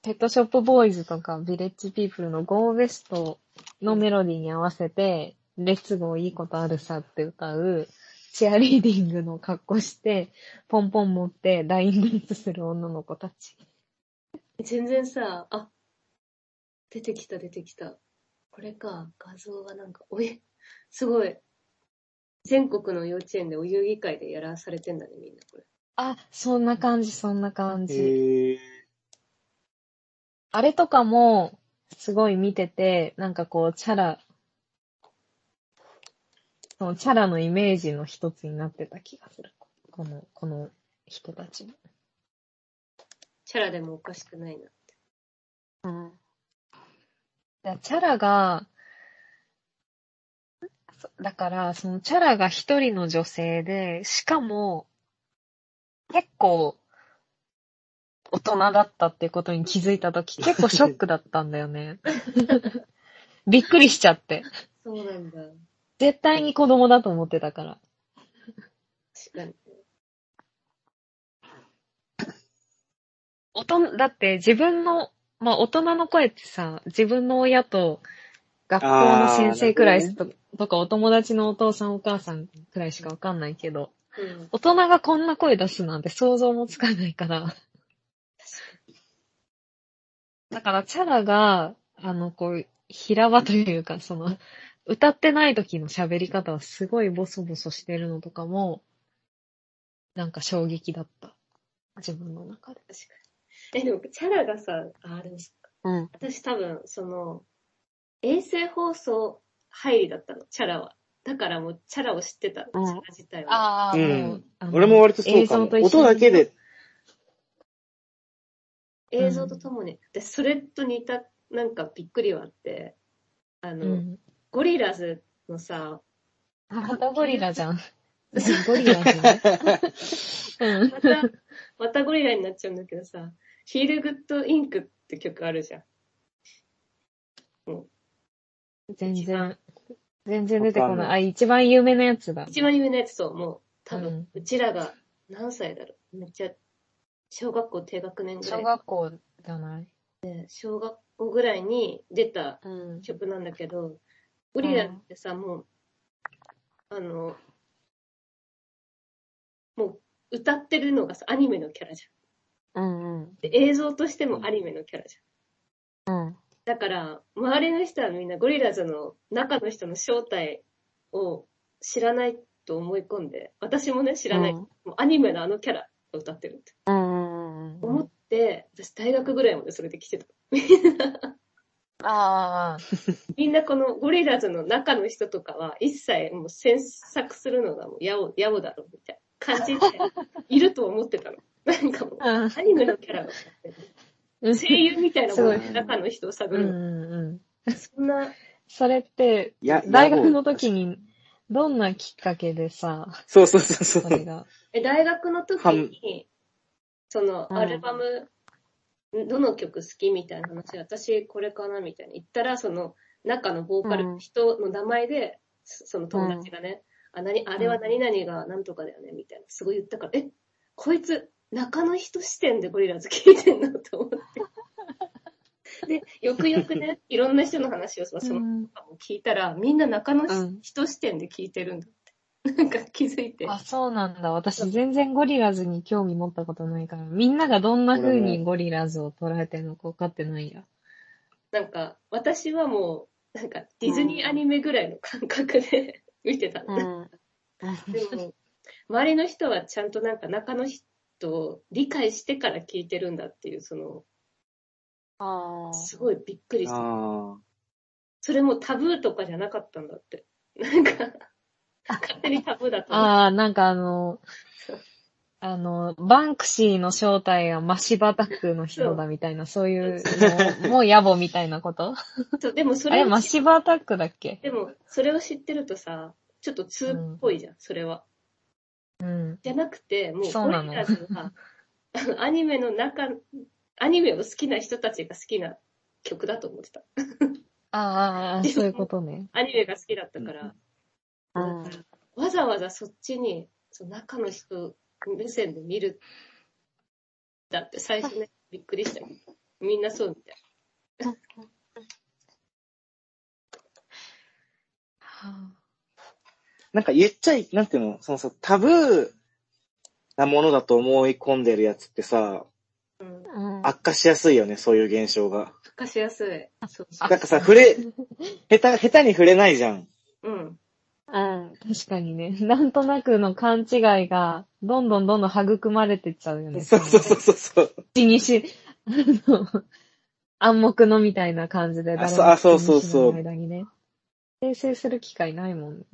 [SPEAKER 2] ペットショップボーイズとかビレッジピープルのゴーウェストのメロディーに合わせて、レッツゴーいいことあるさって歌う、チアリーディングの格好して、ポンポン持ってラインダンスする女の子たち。
[SPEAKER 3] 全然さ、あ、出てきた出てきた。これか、画像がなんか、おえ、すごい。全国の幼稚園でお遊戯会でやらされてんだね、みんなこれ。
[SPEAKER 2] あ、そんな感じ、そんな感じ。
[SPEAKER 4] へえ。
[SPEAKER 2] あれとかも、すごい見てて、なんかこう、チャラ、そのチャラのイメージの一つになってた気がする。この、この人たちも。
[SPEAKER 3] チャラでもおかしくないな。
[SPEAKER 1] うん。
[SPEAKER 2] だチャラが、そだから、そのチャラが一人の女性で、しかも、結構、大人だったってことに気づいたとき、結構ショックだったんだよね。びっくりしちゃって。
[SPEAKER 3] そうなんだ。
[SPEAKER 2] 絶対に子供だと思ってたから。
[SPEAKER 3] 確かに。
[SPEAKER 2] 大人、だって自分の、まあ大人の声ってさ、自分の親と学校の先生くら
[SPEAKER 4] あー
[SPEAKER 2] いと,、とかお友達のお父さんお母さんくらいしかわかんないけど、
[SPEAKER 3] うん。
[SPEAKER 2] 大人がこんな声出すなんて想像もつかないから。だからチャラが、あの、こう、平場というか、その、歌ってない時の喋り方はすごいボソボソしてるのとかも、なんか衝撃だった。自分の中で。
[SPEAKER 3] え、でも、チャラがさ、あ、でも、
[SPEAKER 1] うん。
[SPEAKER 3] 私多分、その、衛星放送入りだったの、チャラは。だからもう、チャラを知ってた、チ
[SPEAKER 1] うん
[SPEAKER 3] ャラ自体は。
[SPEAKER 2] あ
[SPEAKER 4] ーうん
[SPEAKER 2] もうあの
[SPEAKER 4] 俺も割とそう
[SPEAKER 2] 映
[SPEAKER 4] か
[SPEAKER 2] 像
[SPEAKER 4] も
[SPEAKER 2] と。一緒
[SPEAKER 4] 音
[SPEAKER 2] に
[SPEAKER 4] だけで、
[SPEAKER 3] 映像とともに、でそれと似たなんかびっくりはあってあの、
[SPEAKER 2] うん。
[SPEAKER 3] ゴリラズ のさ
[SPEAKER 2] またゴリラじゃん。 ゴリラじゃん。うん。
[SPEAKER 3] またまたゴリラになっちゃうんだけどさ「フィールグッドインクって曲あるじゃん
[SPEAKER 2] 全然、全然出てこない。あ、一番有名なやつだ。
[SPEAKER 3] 一番有名なやつそうもう多分、う
[SPEAKER 2] うん
[SPEAKER 3] ちらが何歳だろうめっちゃ小学校低学年ぐら
[SPEAKER 2] 小
[SPEAKER 3] い
[SPEAKER 2] 学校じゃない
[SPEAKER 3] 小学校ぐらいに出た
[SPEAKER 1] うん。
[SPEAKER 3] 曲なんだけどゴリラってさ、もうあのもう歌ってるのがさアニメのキャラじゃん
[SPEAKER 1] うん。うん。
[SPEAKER 3] で映像としてもアニメのキャラじ
[SPEAKER 1] うん。
[SPEAKER 3] ゃん。だから、周りの人はみんなゴリラズの中の人の正体を知らないと思い込んで、私もね、知らない。
[SPEAKER 1] うん
[SPEAKER 3] もうアニメのあのキャラを歌ってるって
[SPEAKER 1] うん。うん。
[SPEAKER 3] 思って、私大学ぐらいまでそれで来てた。
[SPEAKER 2] ああ。
[SPEAKER 3] みんなこのゴリラズの中の人とかは一切もう詮索するのがもうやお、やおだろみたいな 感じで、いると思ってたの。なんかも
[SPEAKER 2] う
[SPEAKER 3] う、
[SPEAKER 2] ん。
[SPEAKER 3] アニメのキャラが歌ってる声優みたいなもの
[SPEAKER 2] す
[SPEAKER 4] ごい
[SPEAKER 3] 中の人を探
[SPEAKER 2] うん
[SPEAKER 3] るの。
[SPEAKER 2] うん。
[SPEAKER 3] そんな、
[SPEAKER 2] それって、
[SPEAKER 4] いや、
[SPEAKER 2] 大
[SPEAKER 4] や
[SPEAKER 2] 学
[SPEAKER 4] もう
[SPEAKER 2] の時に、どんなきっかけでさ、
[SPEAKER 4] そうそうそう
[SPEAKER 2] そ
[SPEAKER 4] そ
[SPEAKER 2] れ
[SPEAKER 4] う。
[SPEAKER 2] が。
[SPEAKER 3] え、大学の時
[SPEAKER 4] 半
[SPEAKER 3] に、その、
[SPEAKER 1] うん
[SPEAKER 3] アルバム、どの曲好きみたいな話、私これかなみたいに言ったら、その、中のボーカル、
[SPEAKER 1] うん
[SPEAKER 3] 人の名前で、そその友達がね、あ、何、あれは何々がなんとかだよね、みたいな、すごい言ったから、え、こいつ、中の人視点でゴリラズ聞いてんのと思って。で、よくよ くね、いろんな人の話をその、その
[SPEAKER 2] うん
[SPEAKER 3] 聞いたら、みんな中の
[SPEAKER 1] うん
[SPEAKER 3] 人視点で聞いてるんだって。なんか気づいて。
[SPEAKER 2] あ、そうなんだ。私全然ゴリラズに興味持ったことないから、みんながどんな風にゴリラズを捉えてるのか分かってないや。
[SPEAKER 3] なんか、私はもう、なんか、ディズニーアニメぐらいの感覚で 見てたの。
[SPEAKER 1] うん。
[SPEAKER 3] でも、周りの人はちゃんとなんか中の人を理解してから聞いてるんだっていう、その、
[SPEAKER 1] ああ。
[SPEAKER 3] すごいびっくりした。
[SPEAKER 4] あ
[SPEAKER 3] それもタブーとかじゃなかったんだって。なんか、勝手にタブーだと思う。
[SPEAKER 2] ああ、なんかあの、あの、バンクシーの正体がマシバタクの人だみたいな、そういうの、もう野暮みたいなこと
[SPEAKER 3] そうでもそ
[SPEAKER 2] あれ、
[SPEAKER 3] れを
[SPEAKER 2] マ
[SPEAKER 3] 知
[SPEAKER 2] シバタクだっけ
[SPEAKER 3] でも、それを知ってるとさ、ちょっと通っぽいじゃん、それは。
[SPEAKER 2] うん。
[SPEAKER 3] じゃなくて、もう、
[SPEAKER 2] そう
[SPEAKER 3] ゴ
[SPEAKER 2] な
[SPEAKER 3] リ
[SPEAKER 2] の
[SPEAKER 3] ラズは、あの アニメの中、アニメを好きな人たちが好きな曲だと思ってた。
[SPEAKER 2] あーあー、そういうことね。
[SPEAKER 3] アニメが好きだったから、
[SPEAKER 1] うん
[SPEAKER 3] だからわざわざそっちに、その中の人目線で見る。だって最初ね、びっくりしたよ。みんなそうみたい。
[SPEAKER 4] なんか言っちゃい、なんていうの、そのさ、タブーなものだと思い込んでるやつってさ、
[SPEAKER 3] うん。
[SPEAKER 1] うん
[SPEAKER 4] 悪化しやすいよね、そういう現象が。
[SPEAKER 3] 明かしやすい。そうそ
[SPEAKER 4] なんかさ、触れ、下手、下手に触れないじゃん。
[SPEAKER 3] う。うん。
[SPEAKER 1] うん
[SPEAKER 2] 確かにね。 なんとなくの勘違いが、どんどんどんどん育まれてっちゃうよね。
[SPEAKER 4] そうそうそうそう。
[SPEAKER 2] 口にし、 あの、暗黙のみたいな感じで、
[SPEAKER 4] あ
[SPEAKER 2] 誰
[SPEAKER 4] そう
[SPEAKER 2] も
[SPEAKER 4] あそうそうそう
[SPEAKER 2] 口にしない間にね。訂正する機会ないもんね。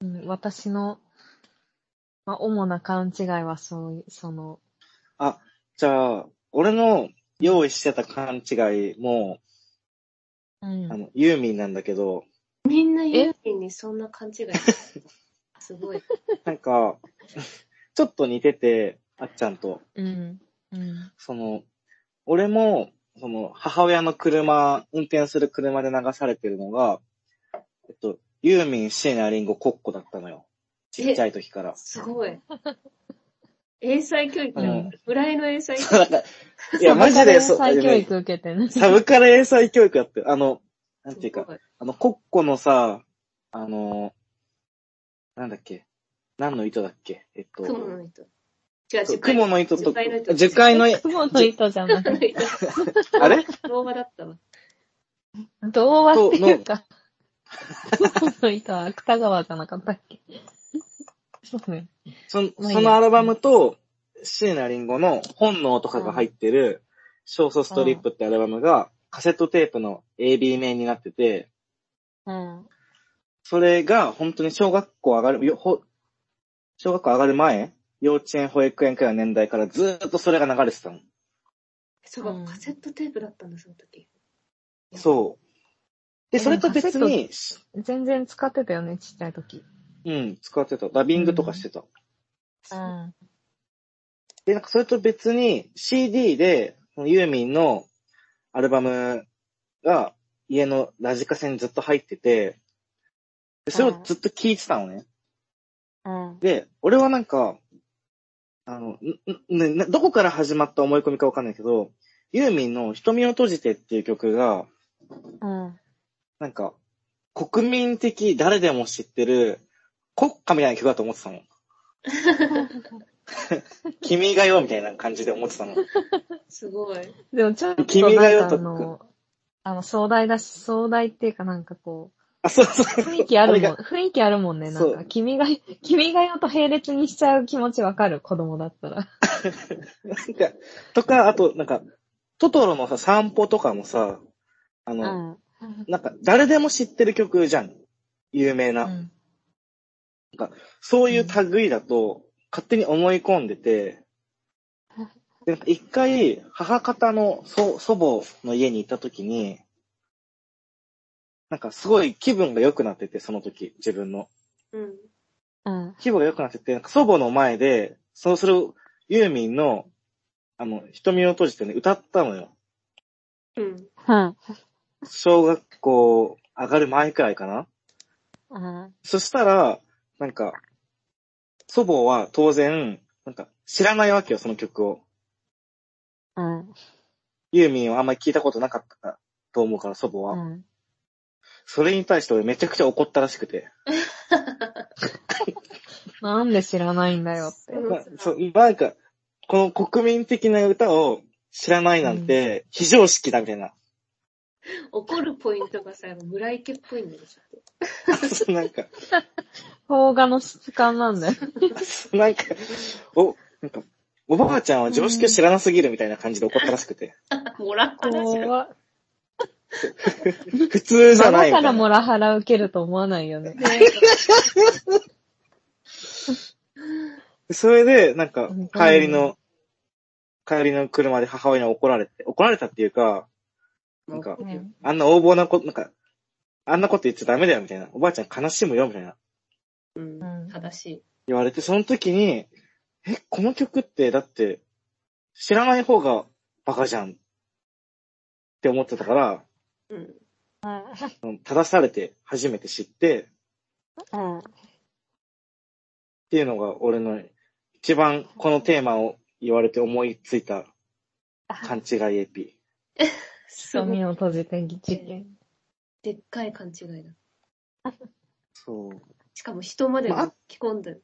[SPEAKER 2] うん、私の、まあ、主な勘違いはそうい、その、
[SPEAKER 4] あ、じゃあ、俺の用意してた勘違いも、
[SPEAKER 2] うん
[SPEAKER 4] あの、ユーミンなんだけど、
[SPEAKER 3] みんなユーミンにそんな勘違いしてた。すごい。
[SPEAKER 4] なんか、ちょっと似てて、あっちゃんと。
[SPEAKER 2] うん。うん。
[SPEAKER 4] その、俺も、その、母親の車、運転する車で流されてるのが、えっと、ユーミン、シーナリンゴ、コッコだったのよ。ちっちゃい時から。
[SPEAKER 3] すごい。英才教育だ
[SPEAKER 4] うん
[SPEAKER 3] ぐらいの英才教
[SPEAKER 4] そう、だから、いや、マジで、そう、
[SPEAKER 2] 再教育受けてね。
[SPEAKER 4] サブカル英才教育だって、あの、なん
[SPEAKER 3] 育。
[SPEAKER 4] ていうか
[SPEAKER 3] す、ごい
[SPEAKER 4] あの、コッコのさ、あの、なんだっけ、何の糸だっけ、えっと、
[SPEAKER 3] 雲の糸。違う
[SPEAKER 4] そ
[SPEAKER 3] 違
[SPEAKER 4] う
[SPEAKER 3] う。
[SPEAKER 4] 雲 の糸と、
[SPEAKER 3] 樹海の糸
[SPEAKER 4] 樹海の、
[SPEAKER 2] 雲の糸じゃな くて、
[SPEAKER 4] あれ
[SPEAKER 3] 動画だったわ。
[SPEAKER 2] 童話っていうか、雲の糸は芥川じゃなかったっけそうね。
[SPEAKER 4] その
[SPEAKER 2] まあいいや
[SPEAKER 4] そのアルバムと、椎名林檎の本能とかが入ってる、小ソストリップってアルバムが、カセットテープの AB 面になってて、
[SPEAKER 1] うん
[SPEAKER 4] それが本当に小学校上がる、よほ小学校上がる前、幼稚園、保育園くらいの年代からずーっとそれが流れてたの。
[SPEAKER 3] そうか、
[SPEAKER 2] うん
[SPEAKER 3] カセットテープだったんだ、その時。
[SPEAKER 4] そう。で、それと別に、
[SPEAKER 2] 全然使ってたよね、ちっちゃい時。
[SPEAKER 4] うん、使ってた。ダビングとかしてた。
[SPEAKER 1] うん
[SPEAKER 4] で、なんかそれと別に CD で、そのユーミンのアルバムが家のラジカセにずっと入ってて、でそれをずっと聴いてたのね。
[SPEAKER 1] うん
[SPEAKER 4] で、俺はなんか、あの、んんんどこから始まった思い込みかわかんないけど、ユーミンの瞳を閉じてっていう曲が、
[SPEAKER 1] うん
[SPEAKER 4] なんか、国民的誰でも知ってる国歌みたいな曲だと思ってたの。君がよみたいな感じで思ってたの。
[SPEAKER 3] すごい。
[SPEAKER 2] でもちょっと
[SPEAKER 4] 君が
[SPEAKER 2] な
[SPEAKER 4] 代
[SPEAKER 2] んか
[SPEAKER 4] と
[SPEAKER 2] あの、あの、壮大だし、壮大っていうかなんかこ
[SPEAKER 4] あ、そうそう
[SPEAKER 2] う、。雰囲気ある
[SPEAKER 4] れが
[SPEAKER 2] もん、雰囲気あるもんね、な
[SPEAKER 4] そ
[SPEAKER 2] ん
[SPEAKER 4] う
[SPEAKER 2] か。君が、君が代と並列にしちゃう気持ちわかる、子供だったら。
[SPEAKER 4] なんか、とか、あと、なんか、トトロのさ、散歩とかもさ、あ
[SPEAKER 1] う
[SPEAKER 4] の、
[SPEAKER 1] ん
[SPEAKER 4] なんか、誰でも知ってる曲じゃん。有名な。
[SPEAKER 2] うん
[SPEAKER 4] そういう類だと、勝手に思い込んでて、 でなんか一回、母方の祖祖母の家にいた時に、なんかすごい気分が良くなってて、その時、自分の。
[SPEAKER 3] うん。
[SPEAKER 1] うん
[SPEAKER 4] 規模が良くなってて、なんか祖母の前で、そうするユーミンの、あの、瞳を閉じてね、歌ったのよ。
[SPEAKER 3] うん。
[SPEAKER 1] うん
[SPEAKER 4] 小学校上がる前くらいかな。
[SPEAKER 1] うん
[SPEAKER 4] そしたら、なんか、祖母は当然、なんか、知らないわけよ、その曲を。
[SPEAKER 1] うん
[SPEAKER 4] ユーミンをあんまり聞いたことなかったと思うから、祖母は。
[SPEAKER 1] うん
[SPEAKER 4] それに対して俺めちゃくちゃ怒ったらしくて。
[SPEAKER 2] なんで知らないんだよって。
[SPEAKER 3] うん
[SPEAKER 4] なそうなんか、この国民的な歌を知らないなんて、非常識だみたいな。
[SPEAKER 3] 怒るポイントがさ、村池っぽいんだよ、ちょっ
[SPEAKER 4] そうなんか、
[SPEAKER 2] 邦画の質感なんだよ。
[SPEAKER 4] そうなんか、お、なんか、おばあちゃんは常識を知らなすぎるみたいな感じで怒ったらしくて。
[SPEAKER 3] モラハラじゃん。
[SPEAKER 2] 怖っ
[SPEAKER 4] 普通じゃな
[SPEAKER 2] だ
[SPEAKER 4] いみた
[SPEAKER 2] か
[SPEAKER 4] い
[SPEAKER 2] ら
[SPEAKER 4] な。
[SPEAKER 2] モラハラ受けると思わないよね。
[SPEAKER 4] それで、なんか
[SPEAKER 2] うん、
[SPEAKER 4] 帰りの、帰りの車で母親に怒られて、怒られたっていうか、なんか、
[SPEAKER 2] うん
[SPEAKER 4] あんな横暴なこと、なんか、あんなこと言っちゃダメだよみたいな。おばあちゃん悲しむよみたいな。
[SPEAKER 3] うん
[SPEAKER 2] うん
[SPEAKER 3] 正しい。
[SPEAKER 4] 言われて、その時に、え、この曲って、だって、知らない方がバカじゃんって思ってたから、
[SPEAKER 3] うん。
[SPEAKER 4] うん正されて初めて知って、っていうのが俺の一番このテーマを言われて思いついた勘違いエピ。
[SPEAKER 2] 瞳を閉じて事件。
[SPEAKER 3] でっかい勘違いだ。
[SPEAKER 4] そう。
[SPEAKER 3] しかも人まで
[SPEAKER 4] まあ
[SPEAKER 3] 巻き込んで。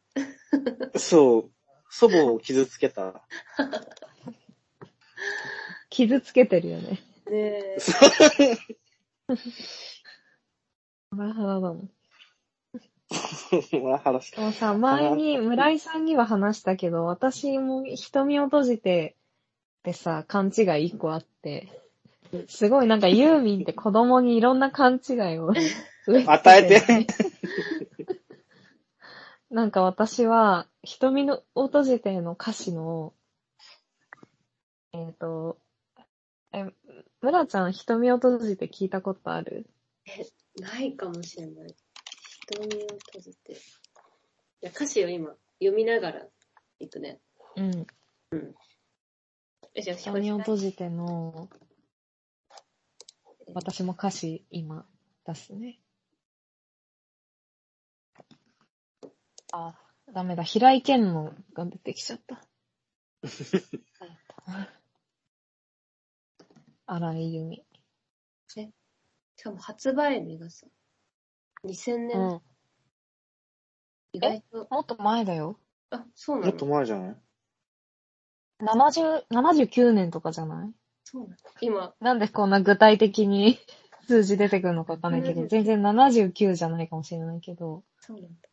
[SPEAKER 4] そう。祖母を傷つけた。
[SPEAKER 2] 傷つけてるよね。
[SPEAKER 3] ねえ。
[SPEAKER 2] モラハラだもん。
[SPEAKER 4] モラハラし
[SPEAKER 2] でもさ、前に村井さんには話したけど、私も瞳を閉じてってさ、勘違い一個あって、すごいなんかユーミンって子供にいろんな勘違いを植
[SPEAKER 4] た。与えて。
[SPEAKER 2] なんか私は、瞳のを閉じての歌詞の、えっ、と、え、村ちゃん瞳を閉じて聞いたことある
[SPEAKER 3] ないかもしれない。瞳を閉じて。いや歌詞を今、読みながらいくね。
[SPEAKER 2] うん。
[SPEAKER 3] えじゃあ、表
[SPEAKER 2] 瞳を
[SPEAKER 3] 示
[SPEAKER 2] 閉じての、私も歌詞今出すね。あ、ダメだ。平井堅のが出てきちゃ った。荒井由美。
[SPEAKER 3] しかも発売日がさ、2000年、意外と、
[SPEAKER 2] もっと前だよ。
[SPEAKER 3] あ、そうな
[SPEAKER 4] もっと
[SPEAKER 3] の
[SPEAKER 4] 前じゃない
[SPEAKER 2] 70、79年とかじゃない
[SPEAKER 3] そうなの今、
[SPEAKER 2] なんでこんな具体的に 数字出てくるのかわかんないけど、全然79じゃないかもしれないけど、
[SPEAKER 3] そうなんだ。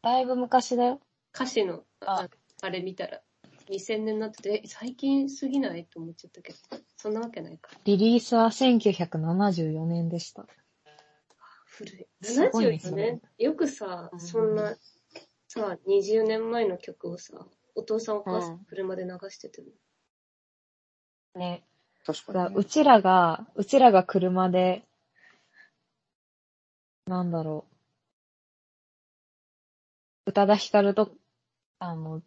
[SPEAKER 2] だいぶ昔だよ。
[SPEAKER 3] 歌詞の、
[SPEAKER 2] あ
[SPEAKER 3] ああれ見たら、2000年になってて、え最近すぎないと思っちゃったけど、そんなわけないか。
[SPEAKER 2] リリースは1974年でした。
[SPEAKER 3] 古い。
[SPEAKER 2] すごいね
[SPEAKER 3] 74年、よくさ、そんな、さ、20年前の曲をさ、お父さんお母さ
[SPEAKER 1] うん
[SPEAKER 3] ん車で流してても、
[SPEAKER 2] ね。
[SPEAKER 4] 確
[SPEAKER 2] だ
[SPEAKER 4] かに、
[SPEAKER 2] うちらが、うちらが車で、なんだろう。宇多田ヒカルと、あの、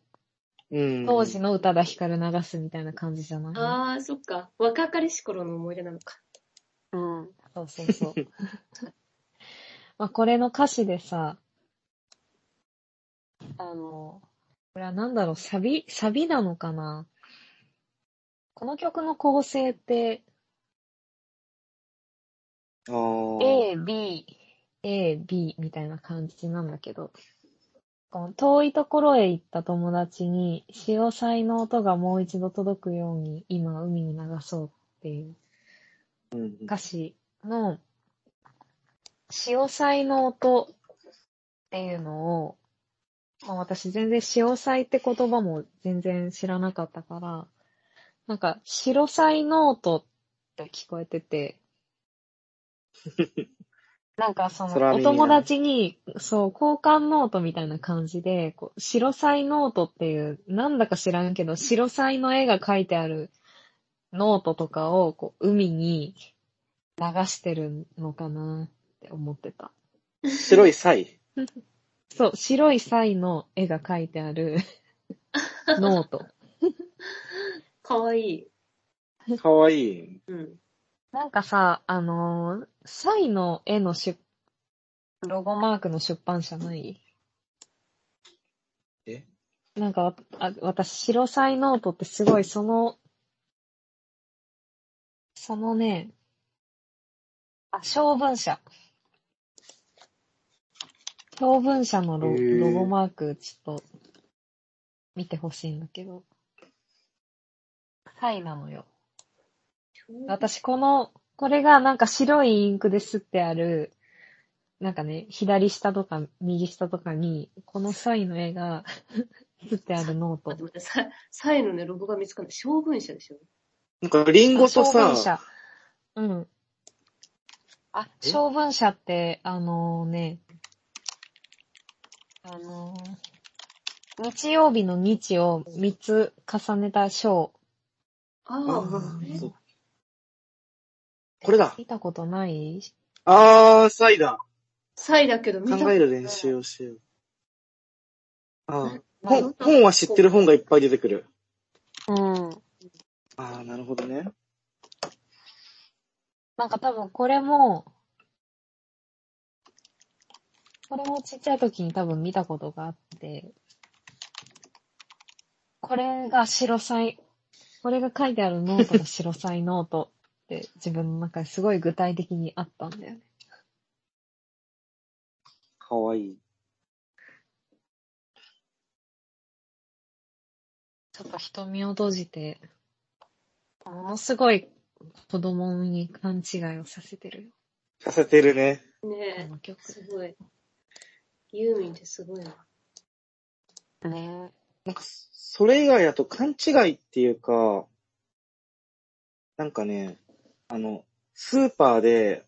[SPEAKER 4] うん。
[SPEAKER 2] 当時の宇多田ヒカル流すみたいな感じじゃない、
[SPEAKER 3] ああ、そっか。若かりし頃の思い出なのか。
[SPEAKER 2] そうそうそう。まあ、これの歌詞でさ、あの、これはなんだろう、サビ、サビなのかなこの曲の構成って、
[SPEAKER 4] あー
[SPEAKER 2] A, B, A, B みたいな感じなんだけど、この遠いところへ行った友達に潮騒の音がもう一度届くように今海に流そうっていう
[SPEAKER 4] うん
[SPEAKER 2] 歌詞の潮騒の音っていうのを、まあ、私全然潮騒って言葉も全然知らなかったから、なんか白騒の音って聞こえて て、なんかそ
[SPEAKER 4] それは
[SPEAKER 2] のお
[SPEAKER 4] 耳だね
[SPEAKER 2] 友達に、そう、交換ノートみたいな感じで、こう白菜ノートっていう、なんだか知らんけど、白菜の絵が描いてあるノートとかを、こう、海に流してるのかなって思ってた。
[SPEAKER 4] 白いサイ。
[SPEAKER 2] そう、白い菜の絵が描いてある ノート。
[SPEAKER 3] かわいい。
[SPEAKER 4] かわいい。
[SPEAKER 3] うん。
[SPEAKER 2] なんかさ、あのー、菜の絵の出、ロゴマークの出版社ない
[SPEAKER 4] え
[SPEAKER 2] なんかわあ、私、白菜ノートってすごい、その、そのね、あ、小文社。小文社のロ
[SPEAKER 4] へー
[SPEAKER 2] ロゴマーク、ちょっと、見てほしいんだけど。菜なのよ。私、この、これがなんか白いインクで吸ってある、なんかね、左下とか右下とかに、このサイの絵が 作ってあるノー
[SPEAKER 3] 待
[SPEAKER 2] ト。
[SPEAKER 3] って待って、さ、サイのね、ロゴが見つかんない。将軍者でしょ
[SPEAKER 4] なんかリンゴと
[SPEAKER 2] 将軍
[SPEAKER 4] さ、
[SPEAKER 2] 者。うん。あ、
[SPEAKER 4] え
[SPEAKER 2] 将軍者って、あのね、あのー日曜日の日を3つ重ねた章。
[SPEAKER 3] あ
[SPEAKER 4] あ
[SPEAKER 3] あ、
[SPEAKER 4] ー
[SPEAKER 3] ね
[SPEAKER 4] そうこれだ。
[SPEAKER 2] 見たことない
[SPEAKER 4] あー、サイだ。
[SPEAKER 3] サイだけど見た
[SPEAKER 4] 考える練習をしよう。あー
[SPEAKER 2] まあ
[SPEAKER 4] 本、本は知ってる本がいっぱい出てくる。
[SPEAKER 1] うん。
[SPEAKER 4] あー、なるほどね。
[SPEAKER 2] なんか多分これも、これもちっちゃい時に多分見たことがあって、これが白サイ、これが書いてあるノートが白サイノート って自分の中ですごい具体的にあったんだよね。
[SPEAKER 4] かわいい。
[SPEAKER 2] ちょっと瞳を閉じて、ものすごい子供に勘違いをさせてるよ、
[SPEAKER 4] させてるね。
[SPEAKER 2] こ
[SPEAKER 3] ね
[SPEAKER 2] の曲。
[SPEAKER 3] すごい。ユーミンってすごいな。
[SPEAKER 1] ね
[SPEAKER 4] なんか、それ以外だと勘違いっていうか、なんかね、あの、スーパーで、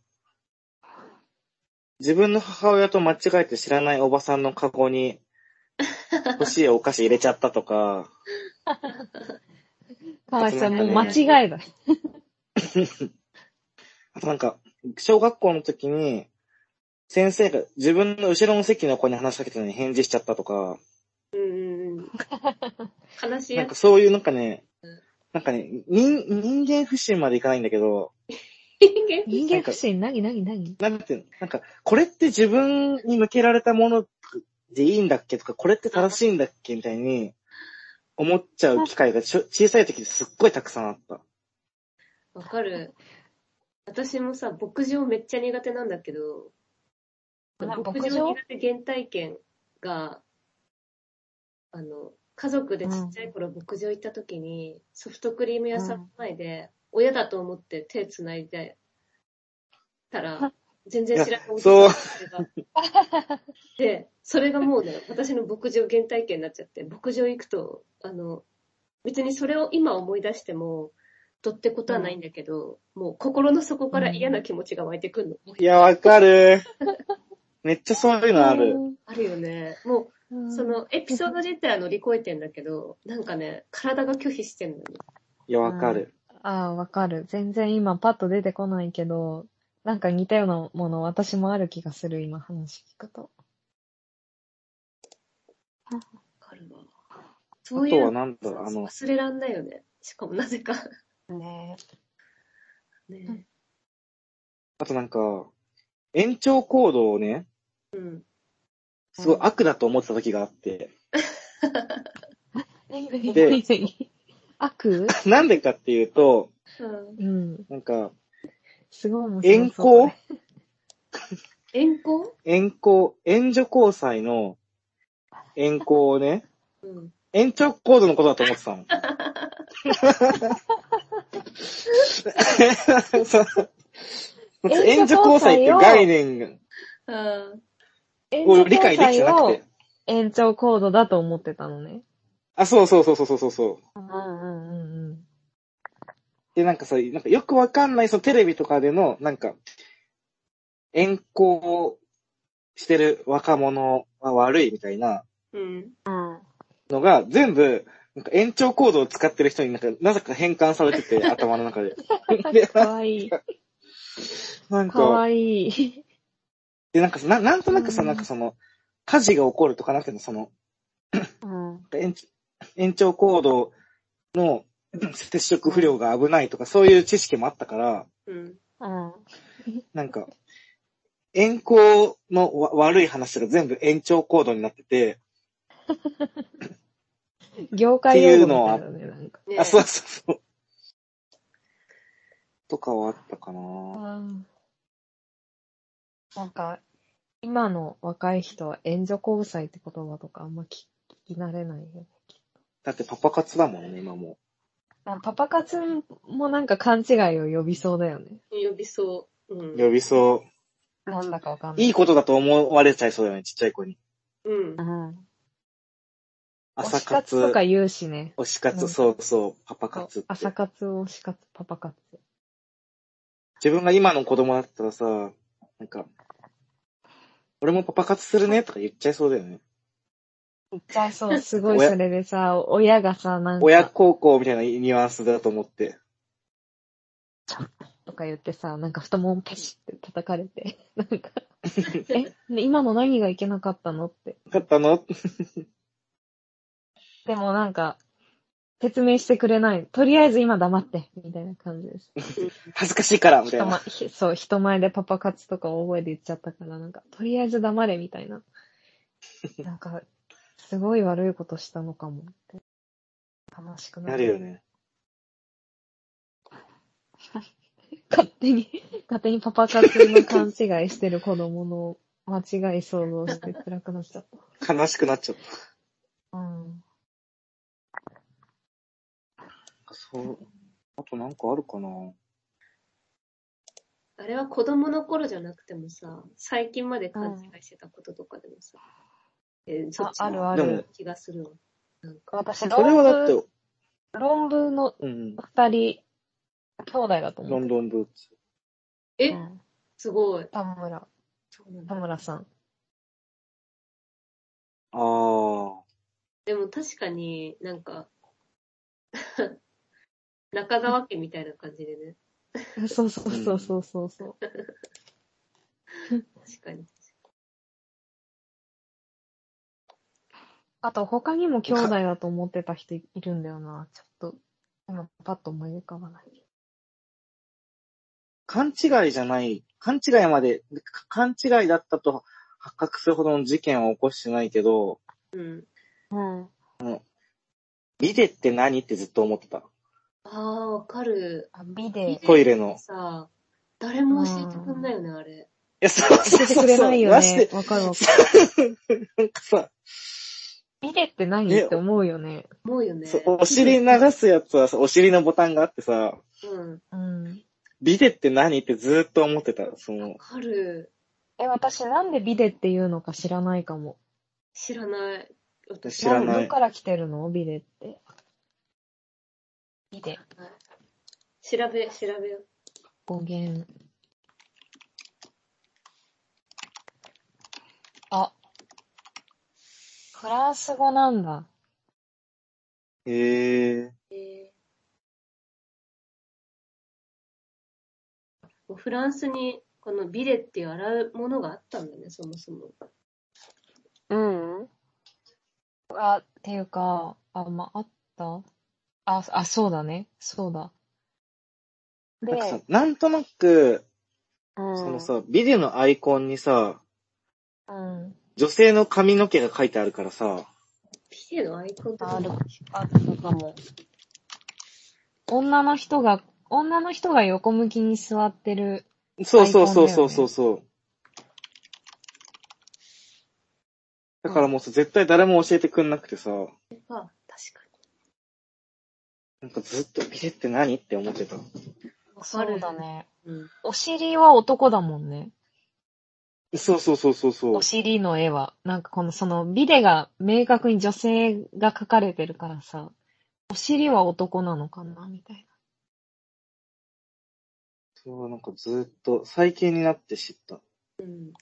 [SPEAKER 4] 自分の母親と間違えて知らないおばさんのカゴに、欲しいお菓子入れちゃったとか、
[SPEAKER 2] かわいそう、もう間違いだ。
[SPEAKER 4] あとなんか、小学校の時に、先生が自分の後ろの席の子に話しかけたのに返事しちゃったとか、
[SPEAKER 3] うんうんうん。悲しい
[SPEAKER 4] な
[SPEAKER 3] や
[SPEAKER 4] んか
[SPEAKER 3] つ。
[SPEAKER 4] そういうなんかね、なんかね、人、人間不信までいかないんだけど、
[SPEAKER 3] 人間
[SPEAKER 2] 人間不信、なになになに
[SPEAKER 4] なんていうのなんか、これって自分に向けられたものでいいんだっけとか、これって正しいんだっけみたいに思っちゃう機会がちょ小さい時ですっごいたくさんあった。
[SPEAKER 3] わかる。私もさ、牧場めっちゃ苦手なんだけど、
[SPEAKER 2] あ
[SPEAKER 3] 牧
[SPEAKER 2] 牧
[SPEAKER 3] 場
[SPEAKER 2] 場
[SPEAKER 3] 苦手原体験が、あの、家族でちっちゃい頃牧場行った時に、ソフトクリーム屋さんの前で、親だと思って手繋いでたら、全然知らないおじさん
[SPEAKER 4] そう
[SPEAKER 3] がで、それがもうね、私の牧場原体験になっちゃって、牧場行くと、あの、別にそれを今思い出しても、どってことはないんだけど、もう心の底から嫌な気持ちが湧いてくるの。
[SPEAKER 4] いや、わかる。めっちゃそういうのある。
[SPEAKER 3] あるよね。もう、そのエピソード自体は乗り越えてんだけど、なんかね、体が拒否してんのよね。
[SPEAKER 4] いや、わかる。
[SPEAKER 2] ああ、わかる。全然今パッと出てこないけど、なんか似たようなもの私もある気がする、今話聞くと。
[SPEAKER 3] わかるわ。そう
[SPEAKER 4] あ
[SPEAKER 3] い
[SPEAKER 4] と
[SPEAKER 3] う
[SPEAKER 4] はなんだろう、あの、
[SPEAKER 3] 忘れらんないよね。しかもなぜか。
[SPEAKER 1] ね
[SPEAKER 3] ね。
[SPEAKER 4] あとなんか、延長コードをね、
[SPEAKER 3] うん。
[SPEAKER 4] すごい悪だと思ってた時があって、
[SPEAKER 2] で悪
[SPEAKER 4] なんでかっていうと、
[SPEAKER 3] うん
[SPEAKER 2] うん。
[SPEAKER 4] なんか、
[SPEAKER 2] すごい面白い。
[SPEAKER 4] 遠行
[SPEAKER 3] 遠行
[SPEAKER 4] 遠行、援助交際の遠行をね、
[SPEAKER 3] うん。
[SPEAKER 4] 延長コードのことだと思ってたの。そう
[SPEAKER 2] 延
[SPEAKER 4] 延
[SPEAKER 2] 長
[SPEAKER 4] 長
[SPEAKER 2] 交
[SPEAKER 4] 交
[SPEAKER 2] 際
[SPEAKER 4] 際
[SPEAKER 2] を
[SPEAKER 4] って概念
[SPEAKER 3] あー
[SPEAKER 4] を理解できてなくて。
[SPEAKER 2] 延長コードだと思ってたのね。
[SPEAKER 4] あ、そうそうそうそうそうそう。
[SPEAKER 1] うん
[SPEAKER 2] う
[SPEAKER 1] うんん
[SPEAKER 2] うん
[SPEAKER 4] で、なんかさ、なんかよくわかんない、そのテレビとかでの、なんか、遠行してる若者は悪いみたいな
[SPEAKER 3] うん。
[SPEAKER 1] うん。
[SPEAKER 4] のが、全部、なんか延長コードを使ってる人になんか、なぜか変換されて て、頭の中で。で、
[SPEAKER 2] かわ いい。
[SPEAKER 4] なん
[SPEAKER 2] か
[SPEAKER 4] か、
[SPEAKER 2] わいい。
[SPEAKER 4] で、なんかさな、なんとなくさ、
[SPEAKER 2] うん
[SPEAKER 4] なんかその、火事が起こるとかなくても、その、
[SPEAKER 1] うん。
[SPEAKER 4] 延延長コードの接触不良が危ないとか、そういう知識もあったから、
[SPEAKER 3] うん。
[SPEAKER 1] うん。
[SPEAKER 4] なんか、遠行のわ悪い話が全部延長コードになってて、
[SPEAKER 2] 業界用語みたいだね、なんか。
[SPEAKER 3] ね
[SPEAKER 4] あ、そうそうそう。とかはあったかな
[SPEAKER 2] なんか、今の若い人は援助交際って言葉とかあんま聞聞き慣れないよね。
[SPEAKER 4] だってパパ活だもんね、今も。
[SPEAKER 2] あパパ活もなんか勘違いを呼びそうだよね。
[SPEAKER 3] 呼びそう。うん。
[SPEAKER 4] 呼びそ
[SPEAKER 2] なんだかわかん
[SPEAKER 4] う。
[SPEAKER 2] ない。
[SPEAKER 4] いいことだと思われちゃいそうだよね、ちっちゃい子に。
[SPEAKER 3] うん
[SPEAKER 1] う。ん。
[SPEAKER 2] 推
[SPEAKER 4] 朝
[SPEAKER 2] し活
[SPEAKER 4] 活
[SPEAKER 2] と、か言うしね。
[SPEAKER 4] 推し活、
[SPEAKER 2] うん
[SPEAKER 4] そうそう、パパ活って。
[SPEAKER 2] 朝活、推し活、パパ活。
[SPEAKER 4] 自分が今の子供だったらさ、なんか、俺もパパ活するねとか言っちゃいそうだよね。
[SPEAKER 1] 言っちゃいそう。
[SPEAKER 2] すごいそれでさ、親がさ、なん
[SPEAKER 4] 親
[SPEAKER 2] か、
[SPEAKER 4] 孝行みたいなニュアンスだと思って。
[SPEAKER 2] とか言ってさ、なんか太ももパシって叩かれて、なんか、え、今の何がいけなかったのって。
[SPEAKER 4] よかったの
[SPEAKER 2] でもなんか、説明してくれない。とりあえず今黙って、みたいな感じです。
[SPEAKER 4] 恥ずかしいからみたい
[SPEAKER 2] 人前
[SPEAKER 4] な。
[SPEAKER 2] ひそう、人前でパパ活とか大声で言っちゃったから、なんか、とりあえず黙れ、みた いな。なんか、すごい悪いことしたのかもって。悲しくな
[SPEAKER 4] な
[SPEAKER 2] る。
[SPEAKER 4] るよね。
[SPEAKER 2] 勝手に、 勝手にパパ活の勘違いしてる子供の間違い想像して辛くなっちゃっ。
[SPEAKER 4] 悲しくなっちゃった
[SPEAKER 2] うん。
[SPEAKER 4] た。そう。あとなんかあるかな
[SPEAKER 3] あれは子供の頃じゃなくてもさ、最近まで勘違いしてたこととかでもさ、えーそっち
[SPEAKER 2] ああるあ
[SPEAKER 4] でも
[SPEAKER 2] る。
[SPEAKER 3] 気がするわ。なんか、
[SPEAKER 2] 私、
[SPEAKER 4] それはだって、
[SPEAKER 2] 論文、論文の
[SPEAKER 4] うん、
[SPEAKER 2] 二人、兄弟だと思
[SPEAKER 4] ロ
[SPEAKER 2] う
[SPEAKER 4] ン。ドンブーツ。
[SPEAKER 3] え、
[SPEAKER 1] うん
[SPEAKER 3] すごい。
[SPEAKER 2] 田村、
[SPEAKER 3] そうなん
[SPEAKER 2] 田
[SPEAKER 3] だ
[SPEAKER 2] 村さん。
[SPEAKER 4] ああ。
[SPEAKER 3] でも確かになんか、 中川家みたいな感じでね。
[SPEAKER 2] そうそうそうそうそうそう。
[SPEAKER 3] 確かに。
[SPEAKER 2] あと、他にも兄弟だと思ってた人いるんだよな。ちょっと、今、パッと思い浮かばない。
[SPEAKER 4] 勘違いじゃない、勘違いまで、か勘違いだったと発覚するほどの事件は起こしてないけど、
[SPEAKER 3] うん。
[SPEAKER 1] うん。
[SPEAKER 4] ビデって何ってずっと思ってた。
[SPEAKER 3] ああ、わかる。
[SPEAKER 1] あ、ビデ
[SPEAKER 4] トイレの。
[SPEAKER 3] さ、誰も教えてくんないよね、あれ。
[SPEAKER 4] いや、そう
[SPEAKER 2] 教
[SPEAKER 4] そう
[SPEAKER 2] えてく
[SPEAKER 4] そう
[SPEAKER 2] れ
[SPEAKER 4] そう。
[SPEAKER 2] ないよ
[SPEAKER 4] マジ
[SPEAKER 2] ね
[SPEAKER 4] で。。
[SPEAKER 2] わかるわかる。
[SPEAKER 4] なんかさ、
[SPEAKER 2] ビデって何
[SPEAKER 4] ね
[SPEAKER 2] って思うよね。
[SPEAKER 3] 思うよね。
[SPEAKER 4] そうお尻流すやつはさ、お尻のボタンがあってさ、
[SPEAKER 3] うん。わ
[SPEAKER 2] うん。
[SPEAKER 4] ビデって何ってずっと思ってた。その、
[SPEAKER 3] かる。
[SPEAKER 2] え、私なんでビデっていうのか知らないかも。
[SPEAKER 3] 知らない。
[SPEAKER 4] 知ら
[SPEAKER 2] ん
[SPEAKER 4] な
[SPEAKER 2] どっ
[SPEAKER 4] い。
[SPEAKER 2] から来てるのビデって。ビデ。
[SPEAKER 3] 調べ、調べよう。
[SPEAKER 2] 語源。あ。フランス語なんだ。
[SPEAKER 4] へえ。
[SPEAKER 3] えー、フランスにこのビレっていう洗うものがあったんだね、そもそも。
[SPEAKER 1] うん。
[SPEAKER 2] あ、っていうか、あ、まあ、あったあ、あ、そうだね。そうだ。
[SPEAKER 1] で
[SPEAKER 4] なんかさ、、なんとなく、
[SPEAKER 1] うん。
[SPEAKER 4] そのさ、ビデのアイコンにさ、
[SPEAKER 2] うん。
[SPEAKER 4] 女性の髪の毛が書いてあるからさ、
[SPEAKER 3] ビレのアイコンって
[SPEAKER 1] あ
[SPEAKER 3] 何
[SPEAKER 1] る、あったかも。
[SPEAKER 2] 女の人が、女の人が横向きに座ってる。
[SPEAKER 4] そうそうそうそうそうそう。だからもうさ、絶対誰も教えてくんなくてさ、
[SPEAKER 3] か確か
[SPEAKER 4] なんかずっとビデって何って思ってた。
[SPEAKER 3] に。
[SPEAKER 2] そうだ。ね。
[SPEAKER 3] うん。
[SPEAKER 2] お尻は男だもんね。
[SPEAKER 4] そうそうそうそうそう
[SPEAKER 2] お。尻の絵は。なんかこの、その、ビデが明確に女性が描かれてるからさ、お尻は男なのかなみたい
[SPEAKER 4] そう、なんかずっと、最近になって知った。
[SPEAKER 3] うん、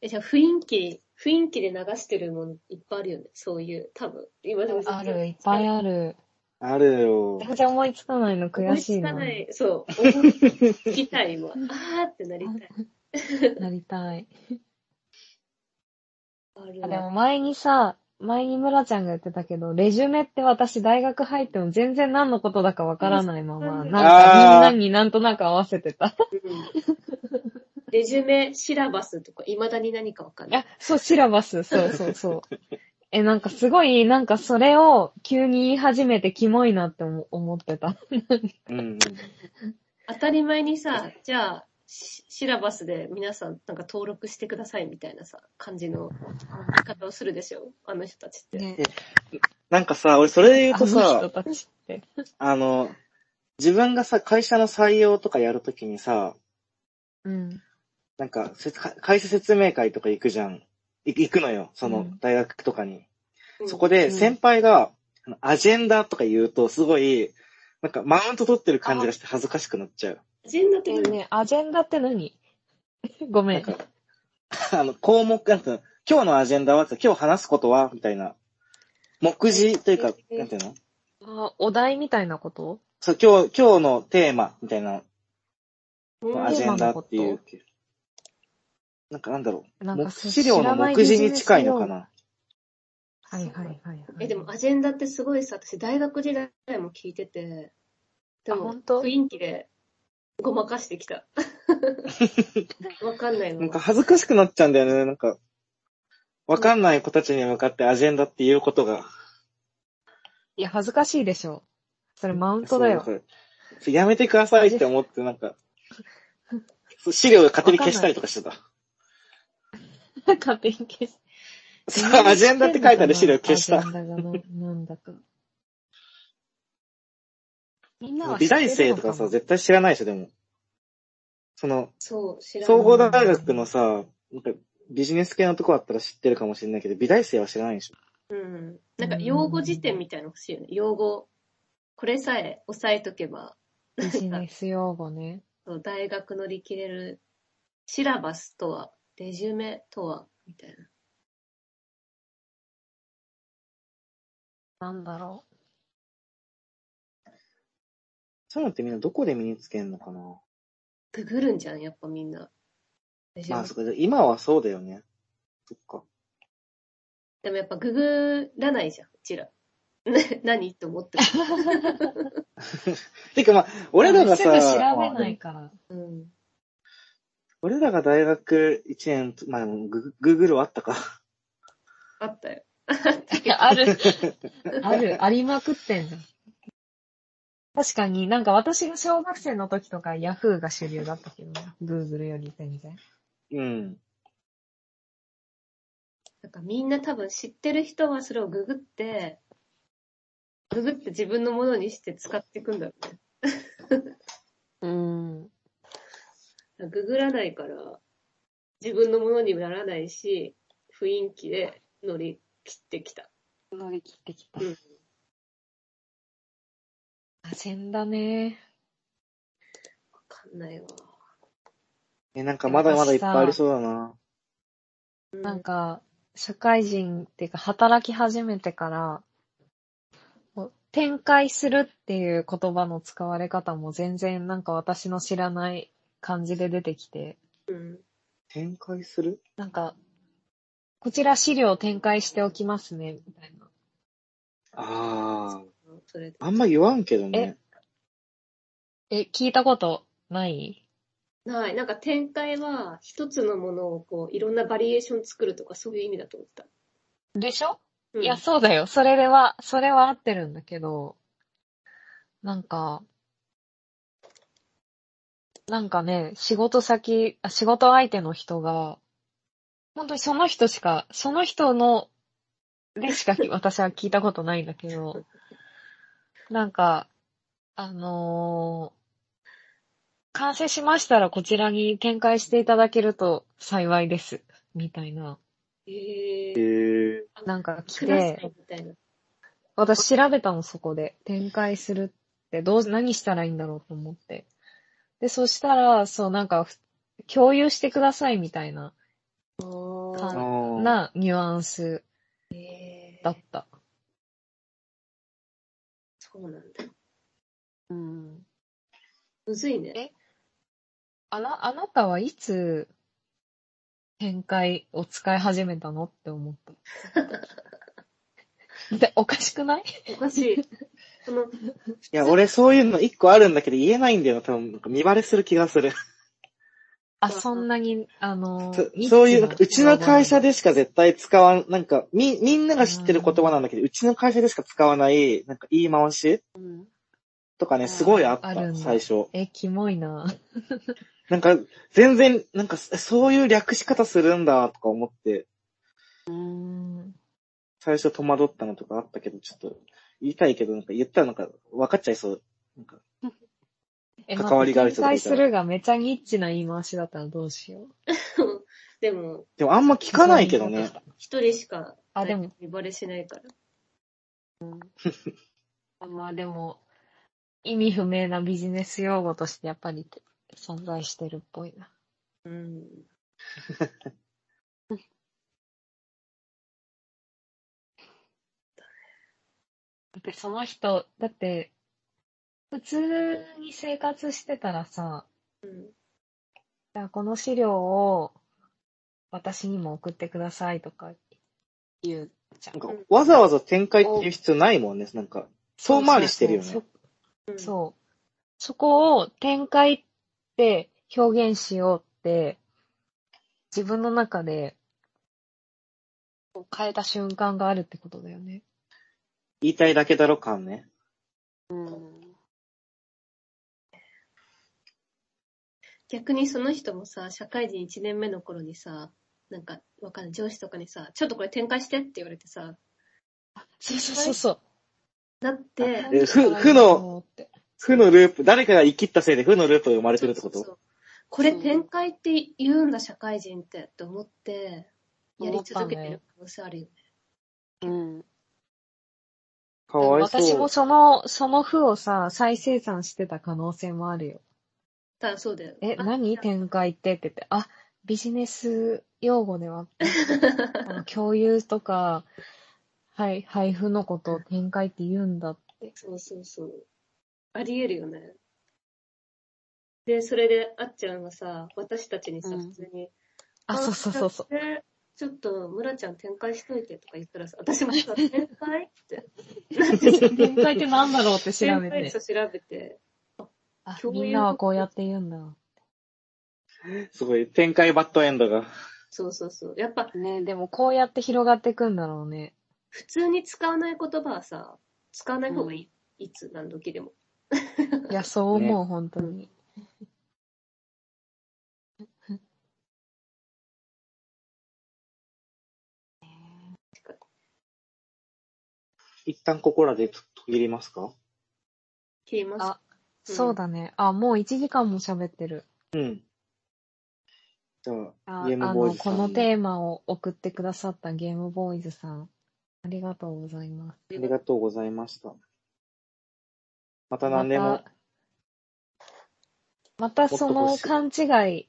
[SPEAKER 3] え、じゃあ雰囲気、雰囲気で流してるものいっぱいあるよね。そういう、多分。今でも
[SPEAKER 2] な。ある、いっぱいある。
[SPEAKER 4] あるよ。
[SPEAKER 2] 全然思いつかないの悔しいな。
[SPEAKER 3] 思いつかない。そう。思いつきた い、今。あーってなりたい。
[SPEAKER 2] なりたい。
[SPEAKER 3] ある
[SPEAKER 2] あでも前にさ、前に村ちゃんが言ってたけど、レジュメって私大学入っても全然何のことだかわからないまま、
[SPEAKER 3] うん
[SPEAKER 2] なんかみんなになんとなく合わせてた。
[SPEAKER 3] うんレジュメ、シラバスとか、未だに何かわかんない
[SPEAKER 2] あ。、そう、シラバス、そうそうそう。え、なんかすごい、なんかそれを急に言い始めてキモいなって思思ってた。
[SPEAKER 4] うんうん。
[SPEAKER 3] 当たり前にさ、じゃあ、シシラバスで皆さんなんか登録してくださいみたいなさ、感じの言い方をするでしょあの人たちって。
[SPEAKER 1] ね。
[SPEAKER 4] なんかさ、俺それで言う
[SPEAKER 2] あ
[SPEAKER 4] と
[SPEAKER 2] の人
[SPEAKER 4] さ、
[SPEAKER 2] たちって。
[SPEAKER 4] あの、自分がさ、会社の採用とかやるときにさ、
[SPEAKER 2] うん。
[SPEAKER 4] なんかせつ、会社説明会とか行くじゃん。い行くのよ、その
[SPEAKER 2] うん、
[SPEAKER 4] 大学とかに。
[SPEAKER 3] うん
[SPEAKER 4] そこで
[SPEAKER 2] うん
[SPEAKER 4] 先輩が、あのアジェンダとか言うと、すごい、なんかマウント取ってる感じがして恥ずかしくなっちゃう。
[SPEAKER 3] アジェンダっ
[SPEAKER 2] え
[SPEAKER 3] て何
[SPEAKER 2] ね、アジェンダって何 ごめ
[SPEAKER 4] なん
[SPEAKER 2] ん。
[SPEAKER 4] か、あの、項目、なんていうの今日のアジェンダは、今日話すことは、みたいな。目次というか、
[SPEAKER 3] えー
[SPEAKER 4] なんていうの
[SPEAKER 2] あお題みたいなこと
[SPEAKER 4] そう、今日、今日のテーマ、みたいな、
[SPEAKER 3] うん
[SPEAKER 4] アジェンダってい
[SPEAKER 2] テーマの
[SPEAKER 4] う。なんかなんだろ
[SPEAKER 2] な
[SPEAKER 4] う。
[SPEAKER 2] んか
[SPEAKER 4] 目
[SPEAKER 2] そう
[SPEAKER 4] 資料の目次に近いのか
[SPEAKER 2] 知ら
[SPEAKER 4] な。
[SPEAKER 2] ないビジネス用語はいはいはい、はい。
[SPEAKER 3] え、でもアジェンダってすごいさ、私大学時代も聞いてて、で
[SPEAKER 2] あ
[SPEAKER 3] も
[SPEAKER 2] 本当
[SPEAKER 3] 雰囲気でごまかして きた。わかんない
[SPEAKER 4] な
[SPEAKER 3] の
[SPEAKER 4] んか。恥ずかしくなっちゃうんだよね。なんか、わかんない子たちに向かってアジェンダっていうことが。
[SPEAKER 2] いや、恥ずかしいでしょ。それマウントだよ
[SPEAKER 4] そ。う。だからやめてくださいって思って、なんか、そう資料を勝手に消したりとかしてた。
[SPEAKER 2] 勝手に消し
[SPEAKER 4] そう、 アジェンダって書いてある資料消し
[SPEAKER 2] ア
[SPEAKER 4] た
[SPEAKER 2] ジ。ェンダがななんだか。みんなは知
[SPEAKER 4] 美
[SPEAKER 2] ってるの
[SPEAKER 4] 大生とかさ、
[SPEAKER 2] も
[SPEAKER 4] 絶対知らないでしょ、でも。その、
[SPEAKER 3] そう、知らな
[SPEAKER 4] 総
[SPEAKER 3] い。
[SPEAKER 4] 合大学のさ、なんかビジネス系のとこあったら知ってるかもしれないけど、美大生は知らないでしょ。
[SPEAKER 3] うん。なんか用語辞典みたいなの欲しいよね。用語。これさえ押さえとけば、
[SPEAKER 2] ビジネス用語ね。
[SPEAKER 3] そう大学乗り切れる、シラバスとは、レジュメとは、みたいな。
[SPEAKER 2] なんだろ
[SPEAKER 4] そういうのってみんなどこで身につけんのかな
[SPEAKER 3] ググるんじゃん、やっぱみんな。レジュ
[SPEAKER 4] ま
[SPEAKER 3] メ
[SPEAKER 4] あ、そっか、今はそうだよね。そっか。
[SPEAKER 3] でもやっぱググらないじゃん、うちら。 ね、何と思 ってる。
[SPEAKER 4] てかまあ、
[SPEAKER 2] う。
[SPEAKER 4] 俺らが
[SPEAKER 2] すぐ
[SPEAKER 4] さ、
[SPEAKER 2] 調べないから。
[SPEAKER 3] うん。
[SPEAKER 4] 俺らが大学1年、まあ、ググーグルはあったか。
[SPEAKER 3] あったよ。
[SPEAKER 2] あ る。ある。ありまくってんだ。確かになんか私が小学生の時とか Yahoo が主流だったけどな、Google より全然。
[SPEAKER 4] うん。
[SPEAKER 3] なんかみんな多分知ってる人はそれをググって、ググって自分のものにして使っていくんだろうね。
[SPEAKER 2] うん。
[SPEAKER 3] ググらないから、自分のものにもならないし、雰囲気で乗り切ってきた。
[SPEAKER 2] 乗り切ってきた
[SPEAKER 3] うん。
[SPEAKER 2] あ、せんだね。
[SPEAKER 3] わかんないわ。
[SPEAKER 4] え、なんかまだまだいっぱいありそうだな。
[SPEAKER 2] なんか、社会人っていうか働き始めてから、こう展開するっていう言葉の使われ方も全然なんか私の知らない感じで出てきて、
[SPEAKER 3] うん。
[SPEAKER 4] 展開する
[SPEAKER 2] なんか、こちら資料を展開しておきますね、みたいな。
[SPEAKER 4] あ
[SPEAKER 3] それで
[SPEAKER 4] あ。あんま言わんけどね。
[SPEAKER 2] え、聞いたことない
[SPEAKER 3] ない。なんか展開は、一つのものをこう、いろんなバリエーション作るとか、そういう意味だと思ってた。
[SPEAKER 2] でしょ、
[SPEAKER 3] うん
[SPEAKER 2] いや、そうだよ。それでは、それは合ってるんだけど、なんか、なんかね、仕事先、あ仕事相手の人が、本当にその人しか、その人の、でしか 私は聞いたことないんだけど、なんか、あのー完成しましたらこちらに展開していただけると幸いです。みたいな。
[SPEAKER 3] へ
[SPEAKER 4] へ
[SPEAKER 3] え。
[SPEAKER 4] え。
[SPEAKER 2] なんか来
[SPEAKER 3] くださ
[SPEAKER 2] て、
[SPEAKER 3] いみたいな。
[SPEAKER 2] 私調べたの、そこで。展開するって、どう、何したらいいんだろうと思って。で、そしたら、そう、なんか、ふ共有してくださいみたいな、
[SPEAKER 3] あ
[SPEAKER 2] か
[SPEAKER 3] あ。
[SPEAKER 4] ああ。
[SPEAKER 2] なニュアンス
[SPEAKER 3] へ
[SPEAKER 2] だ
[SPEAKER 3] ー
[SPEAKER 2] った。
[SPEAKER 3] そうなんだ。
[SPEAKER 2] うん。
[SPEAKER 3] むずいね。
[SPEAKER 2] えあな、あなたはいつ、展開を使い始めたのって思 った。で、おかしくない
[SPEAKER 3] おか しい。その、
[SPEAKER 4] いや、俺そういうの一個あるんだけど言えないんだよ。多分、なんか見バレする気がする。
[SPEAKER 2] あ、そんなに、あの
[SPEAKER 4] そ、
[SPEAKER 2] ニッチな
[SPEAKER 4] そういう、なんかうちの会社でしか絶対使わん、なんか、み、みんなが知ってる言葉なんだけど、うちの会社でしか使わない、なんか言い回し
[SPEAKER 1] うん。
[SPEAKER 4] とかね、すごいあっ
[SPEAKER 2] あるん
[SPEAKER 4] た、
[SPEAKER 2] だ
[SPEAKER 4] 最初。
[SPEAKER 2] え、キモいな。
[SPEAKER 4] なんか、全然、なんか、そういう略し方するんだ、とか思って、
[SPEAKER 2] うん。
[SPEAKER 4] 最初戸惑ったのとかあったけど、ちょっと、言いたいけど、なんか言ったらなんか、分かっちゃいそう。なんか、
[SPEAKER 2] え、
[SPEAKER 4] 関わりがある人
[SPEAKER 2] 人
[SPEAKER 4] とかいたら
[SPEAKER 2] するがめちゃニッチな言い回しだったらどうしよう。
[SPEAKER 3] でも、
[SPEAKER 4] でもあんま聞かないけどね。
[SPEAKER 3] 一人しか、
[SPEAKER 2] あ、でも、、
[SPEAKER 3] 見バレしないから。
[SPEAKER 2] まあでも、意味不明なビジネス用語としてやっぱり存在してるっぽいな。
[SPEAKER 3] うん。
[SPEAKER 2] だってその人、だって、普通に生活してたらさ、
[SPEAKER 3] うん。
[SPEAKER 2] じゃあこの資料を私にも送ってくださいとか言うじゃん
[SPEAKER 4] なん。かわざわざ展開っていう必要ないもんね。なんか、遠回りしてるよ
[SPEAKER 2] そ
[SPEAKER 4] ね
[SPEAKER 2] う。
[SPEAKER 3] うん
[SPEAKER 2] そう。そこを展開って表現しようって、自分の中でこう変えた瞬間があるってことだよね。
[SPEAKER 4] 言いたいだけだろ感ね。
[SPEAKER 1] うん。
[SPEAKER 3] 逆にその人もさ、社会人1年目の頃にさ、なんか、わかんない、上司とかにさ、ちょっとこれ展開してって言われてさ、
[SPEAKER 2] そうそうそうそう。
[SPEAKER 3] だって、
[SPEAKER 4] えふ負の
[SPEAKER 2] って
[SPEAKER 4] 負のループ、誰かが言い切ったせいで負のループが生まれてるって
[SPEAKER 3] そ
[SPEAKER 4] こ
[SPEAKER 3] う
[SPEAKER 4] と
[SPEAKER 3] そうそうこれ展開って言うんだ、社会人って、って思って、やり続けてる可能性あるよね。
[SPEAKER 1] うん。
[SPEAKER 4] かわい
[SPEAKER 2] 私
[SPEAKER 4] そ
[SPEAKER 2] も
[SPEAKER 4] う。
[SPEAKER 2] その、その負をさ、再生産してた可能性もあるよ。
[SPEAKER 3] だからそうだよ。
[SPEAKER 2] え、
[SPEAKER 3] あ
[SPEAKER 2] 何展開ってって言って、あ、ビジネス用語では、 あの共有とか、はい、配布のことを展開って言うんだって。
[SPEAKER 3] そうそうそう。あり得るよね。で、それで、あっちゃんがさ、私たちにさ、
[SPEAKER 1] うん
[SPEAKER 3] 普通に、
[SPEAKER 2] あ、そうそうそうそう。
[SPEAKER 3] う。ちょっと、村ちゃん展開しといてとか言 ったらさ、私もさ、展開って。なんてさ
[SPEAKER 2] 展開ってなんだろうって調べ
[SPEAKER 3] 展開
[SPEAKER 2] て
[SPEAKER 3] そう。調べて。
[SPEAKER 2] あ
[SPEAKER 3] 共有
[SPEAKER 2] みんなはこうやって言うんだ。
[SPEAKER 4] すごい、展開バッドエンドが。
[SPEAKER 3] そうそうそう。やっぱ、
[SPEAKER 2] ねでもこうやって広がってくんだろうね。
[SPEAKER 3] 普通に使わない言葉はさ、使わない方がいい。いつ、何時でも。
[SPEAKER 2] いや、そう思う、
[SPEAKER 4] ね
[SPEAKER 2] 本当に。
[SPEAKER 4] 一旦ここらで途切りますか
[SPEAKER 3] 切ります。
[SPEAKER 2] あそうだね。あ、もう1時間も喋ってる。
[SPEAKER 4] うん。じゃあ、
[SPEAKER 2] あ
[SPEAKER 4] ゲーム
[SPEAKER 2] あ
[SPEAKER 4] ボー
[SPEAKER 2] の、
[SPEAKER 4] イズさ
[SPEAKER 2] こ
[SPEAKER 4] んに。
[SPEAKER 2] のテーマを送ってくださったゲームボーイズさん、ありがとうございます。
[SPEAKER 4] ありがとうございました。また何で
[SPEAKER 2] ま
[SPEAKER 4] も
[SPEAKER 2] た、またそ
[SPEAKER 4] も
[SPEAKER 2] の
[SPEAKER 4] っと
[SPEAKER 2] 勘違い、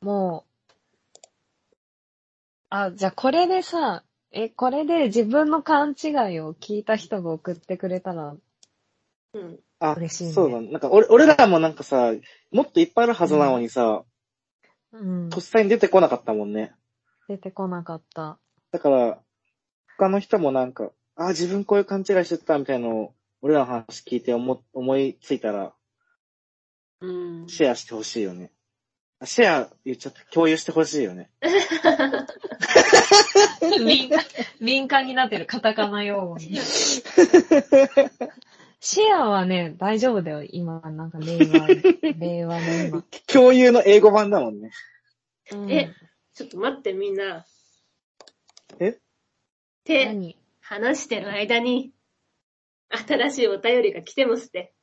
[SPEAKER 2] もう、あ、じゃあこれでさ、え、これで自分の勘違いを聞いた人が送ってくれたら、
[SPEAKER 3] うん。
[SPEAKER 4] あ、
[SPEAKER 2] 嬉しいね
[SPEAKER 4] そうだね。なんか俺、俺らもなんかさ、もっといっぱいあるはずなのにさ、
[SPEAKER 2] うん、
[SPEAKER 4] とっさに出てこなかったもんね。
[SPEAKER 2] 出てこなかった。
[SPEAKER 4] だから、他の人もなんか、あ、自分こういう勘違いしてたみたいのを、俺らの話聞いて思、思いついたら、
[SPEAKER 1] うん。
[SPEAKER 4] シェアしてほしいよね。あシェア言っちゃった。共有してほしいよね。
[SPEAKER 2] 敏感、敏感になってる、カタカナ用語に。シェアはね、大丈夫だよ、今、なんか令和、令和の今。
[SPEAKER 4] 共有の英語版だもんね。
[SPEAKER 2] うん
[SPEAKER 3] え、ちょっと待ってみんな。
[SPEAKER 4] え
[SPEAKER 3] 手、
[SPEAKER 2] 何
[SPEAKER 3] 話してる間に、新しいお便りが来てますって。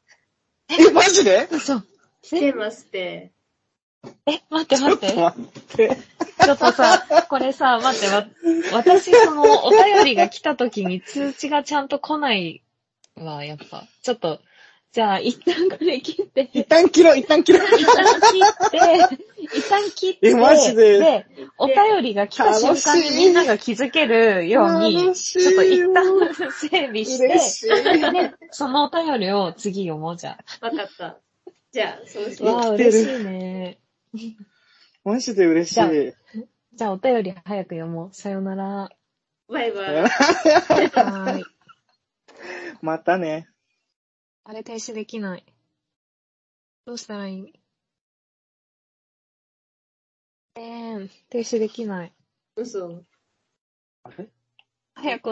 [SPEAKER 4] え、マジで
[SPEAKER 2] 嘘。
[SPEAKER 3] 来てますって。
[SPEAKER 2] え、待って
[SPEAKER 4] ちょ
[SPEAKER 2] 待
[SPEAKER 4] っ
[SPEAKER 2] っ
[SPEAKER 4] と
[SPEAKER 2] て。
[SPEAKER 4] 待って。
[SPEAKER 2] ちょっとさ、これさ、待って、わ、私、その、お便りが来た時に通知がちゃんと来ないわ、やっぱ。ちょっと、じゃあ、一旦これ切って、
[SPEAKER 4] 一旦切ろう、一旦切ろう。
[SPEAKER 2] 一旦切って、一旦切って、
[SPEAKER 4] えマジで
[SPEAKER 2] お便りが来た瞬間
[SPEAKER 4] 楽し
[SPEAKER 2] に
[SPEAKER 4] い
[SPEAKER 2] みんなが気づけるように、
[SPEAKER 4] 楽しい
[SPEAKER 2] ちょっと一旦整備し
[SPEAKER 4] 嬉
[SPEAKER 2] て、
[SPEAKER 4] しい。
[SPEAKER 2] で、そのお便りを次読もうじゃ
[SPEAKER 3] わかった。じゃあ、その
[SPEAKER 2] あ。
[SPEAKER 3] 人
[SPEAKER 2] わあ、
[SPEAKER 4] 来て
[SPEAKER 2] 嬉し
[SPEAKER 4] る
[SPEAKER 2] いね。
[SPEAKER 4] マジで嬉し
[SPEAKER 2] じゃあ
[SPEAKER 4] い。
[SPEAKER 2] じゃあ、お便り早く読もう。さよなら。
[SPEAKER 3] バイバイ。
[SPEAKER 2] はーい。
[SPEAKER 4] またね。
[SPEAKER 2] あれ停止できない。どうしたらいいえーん、停止できない。
[SPEAKER 3] 嘘。
[SPEAKER 4] あれ
[SPEAKER 2] 早く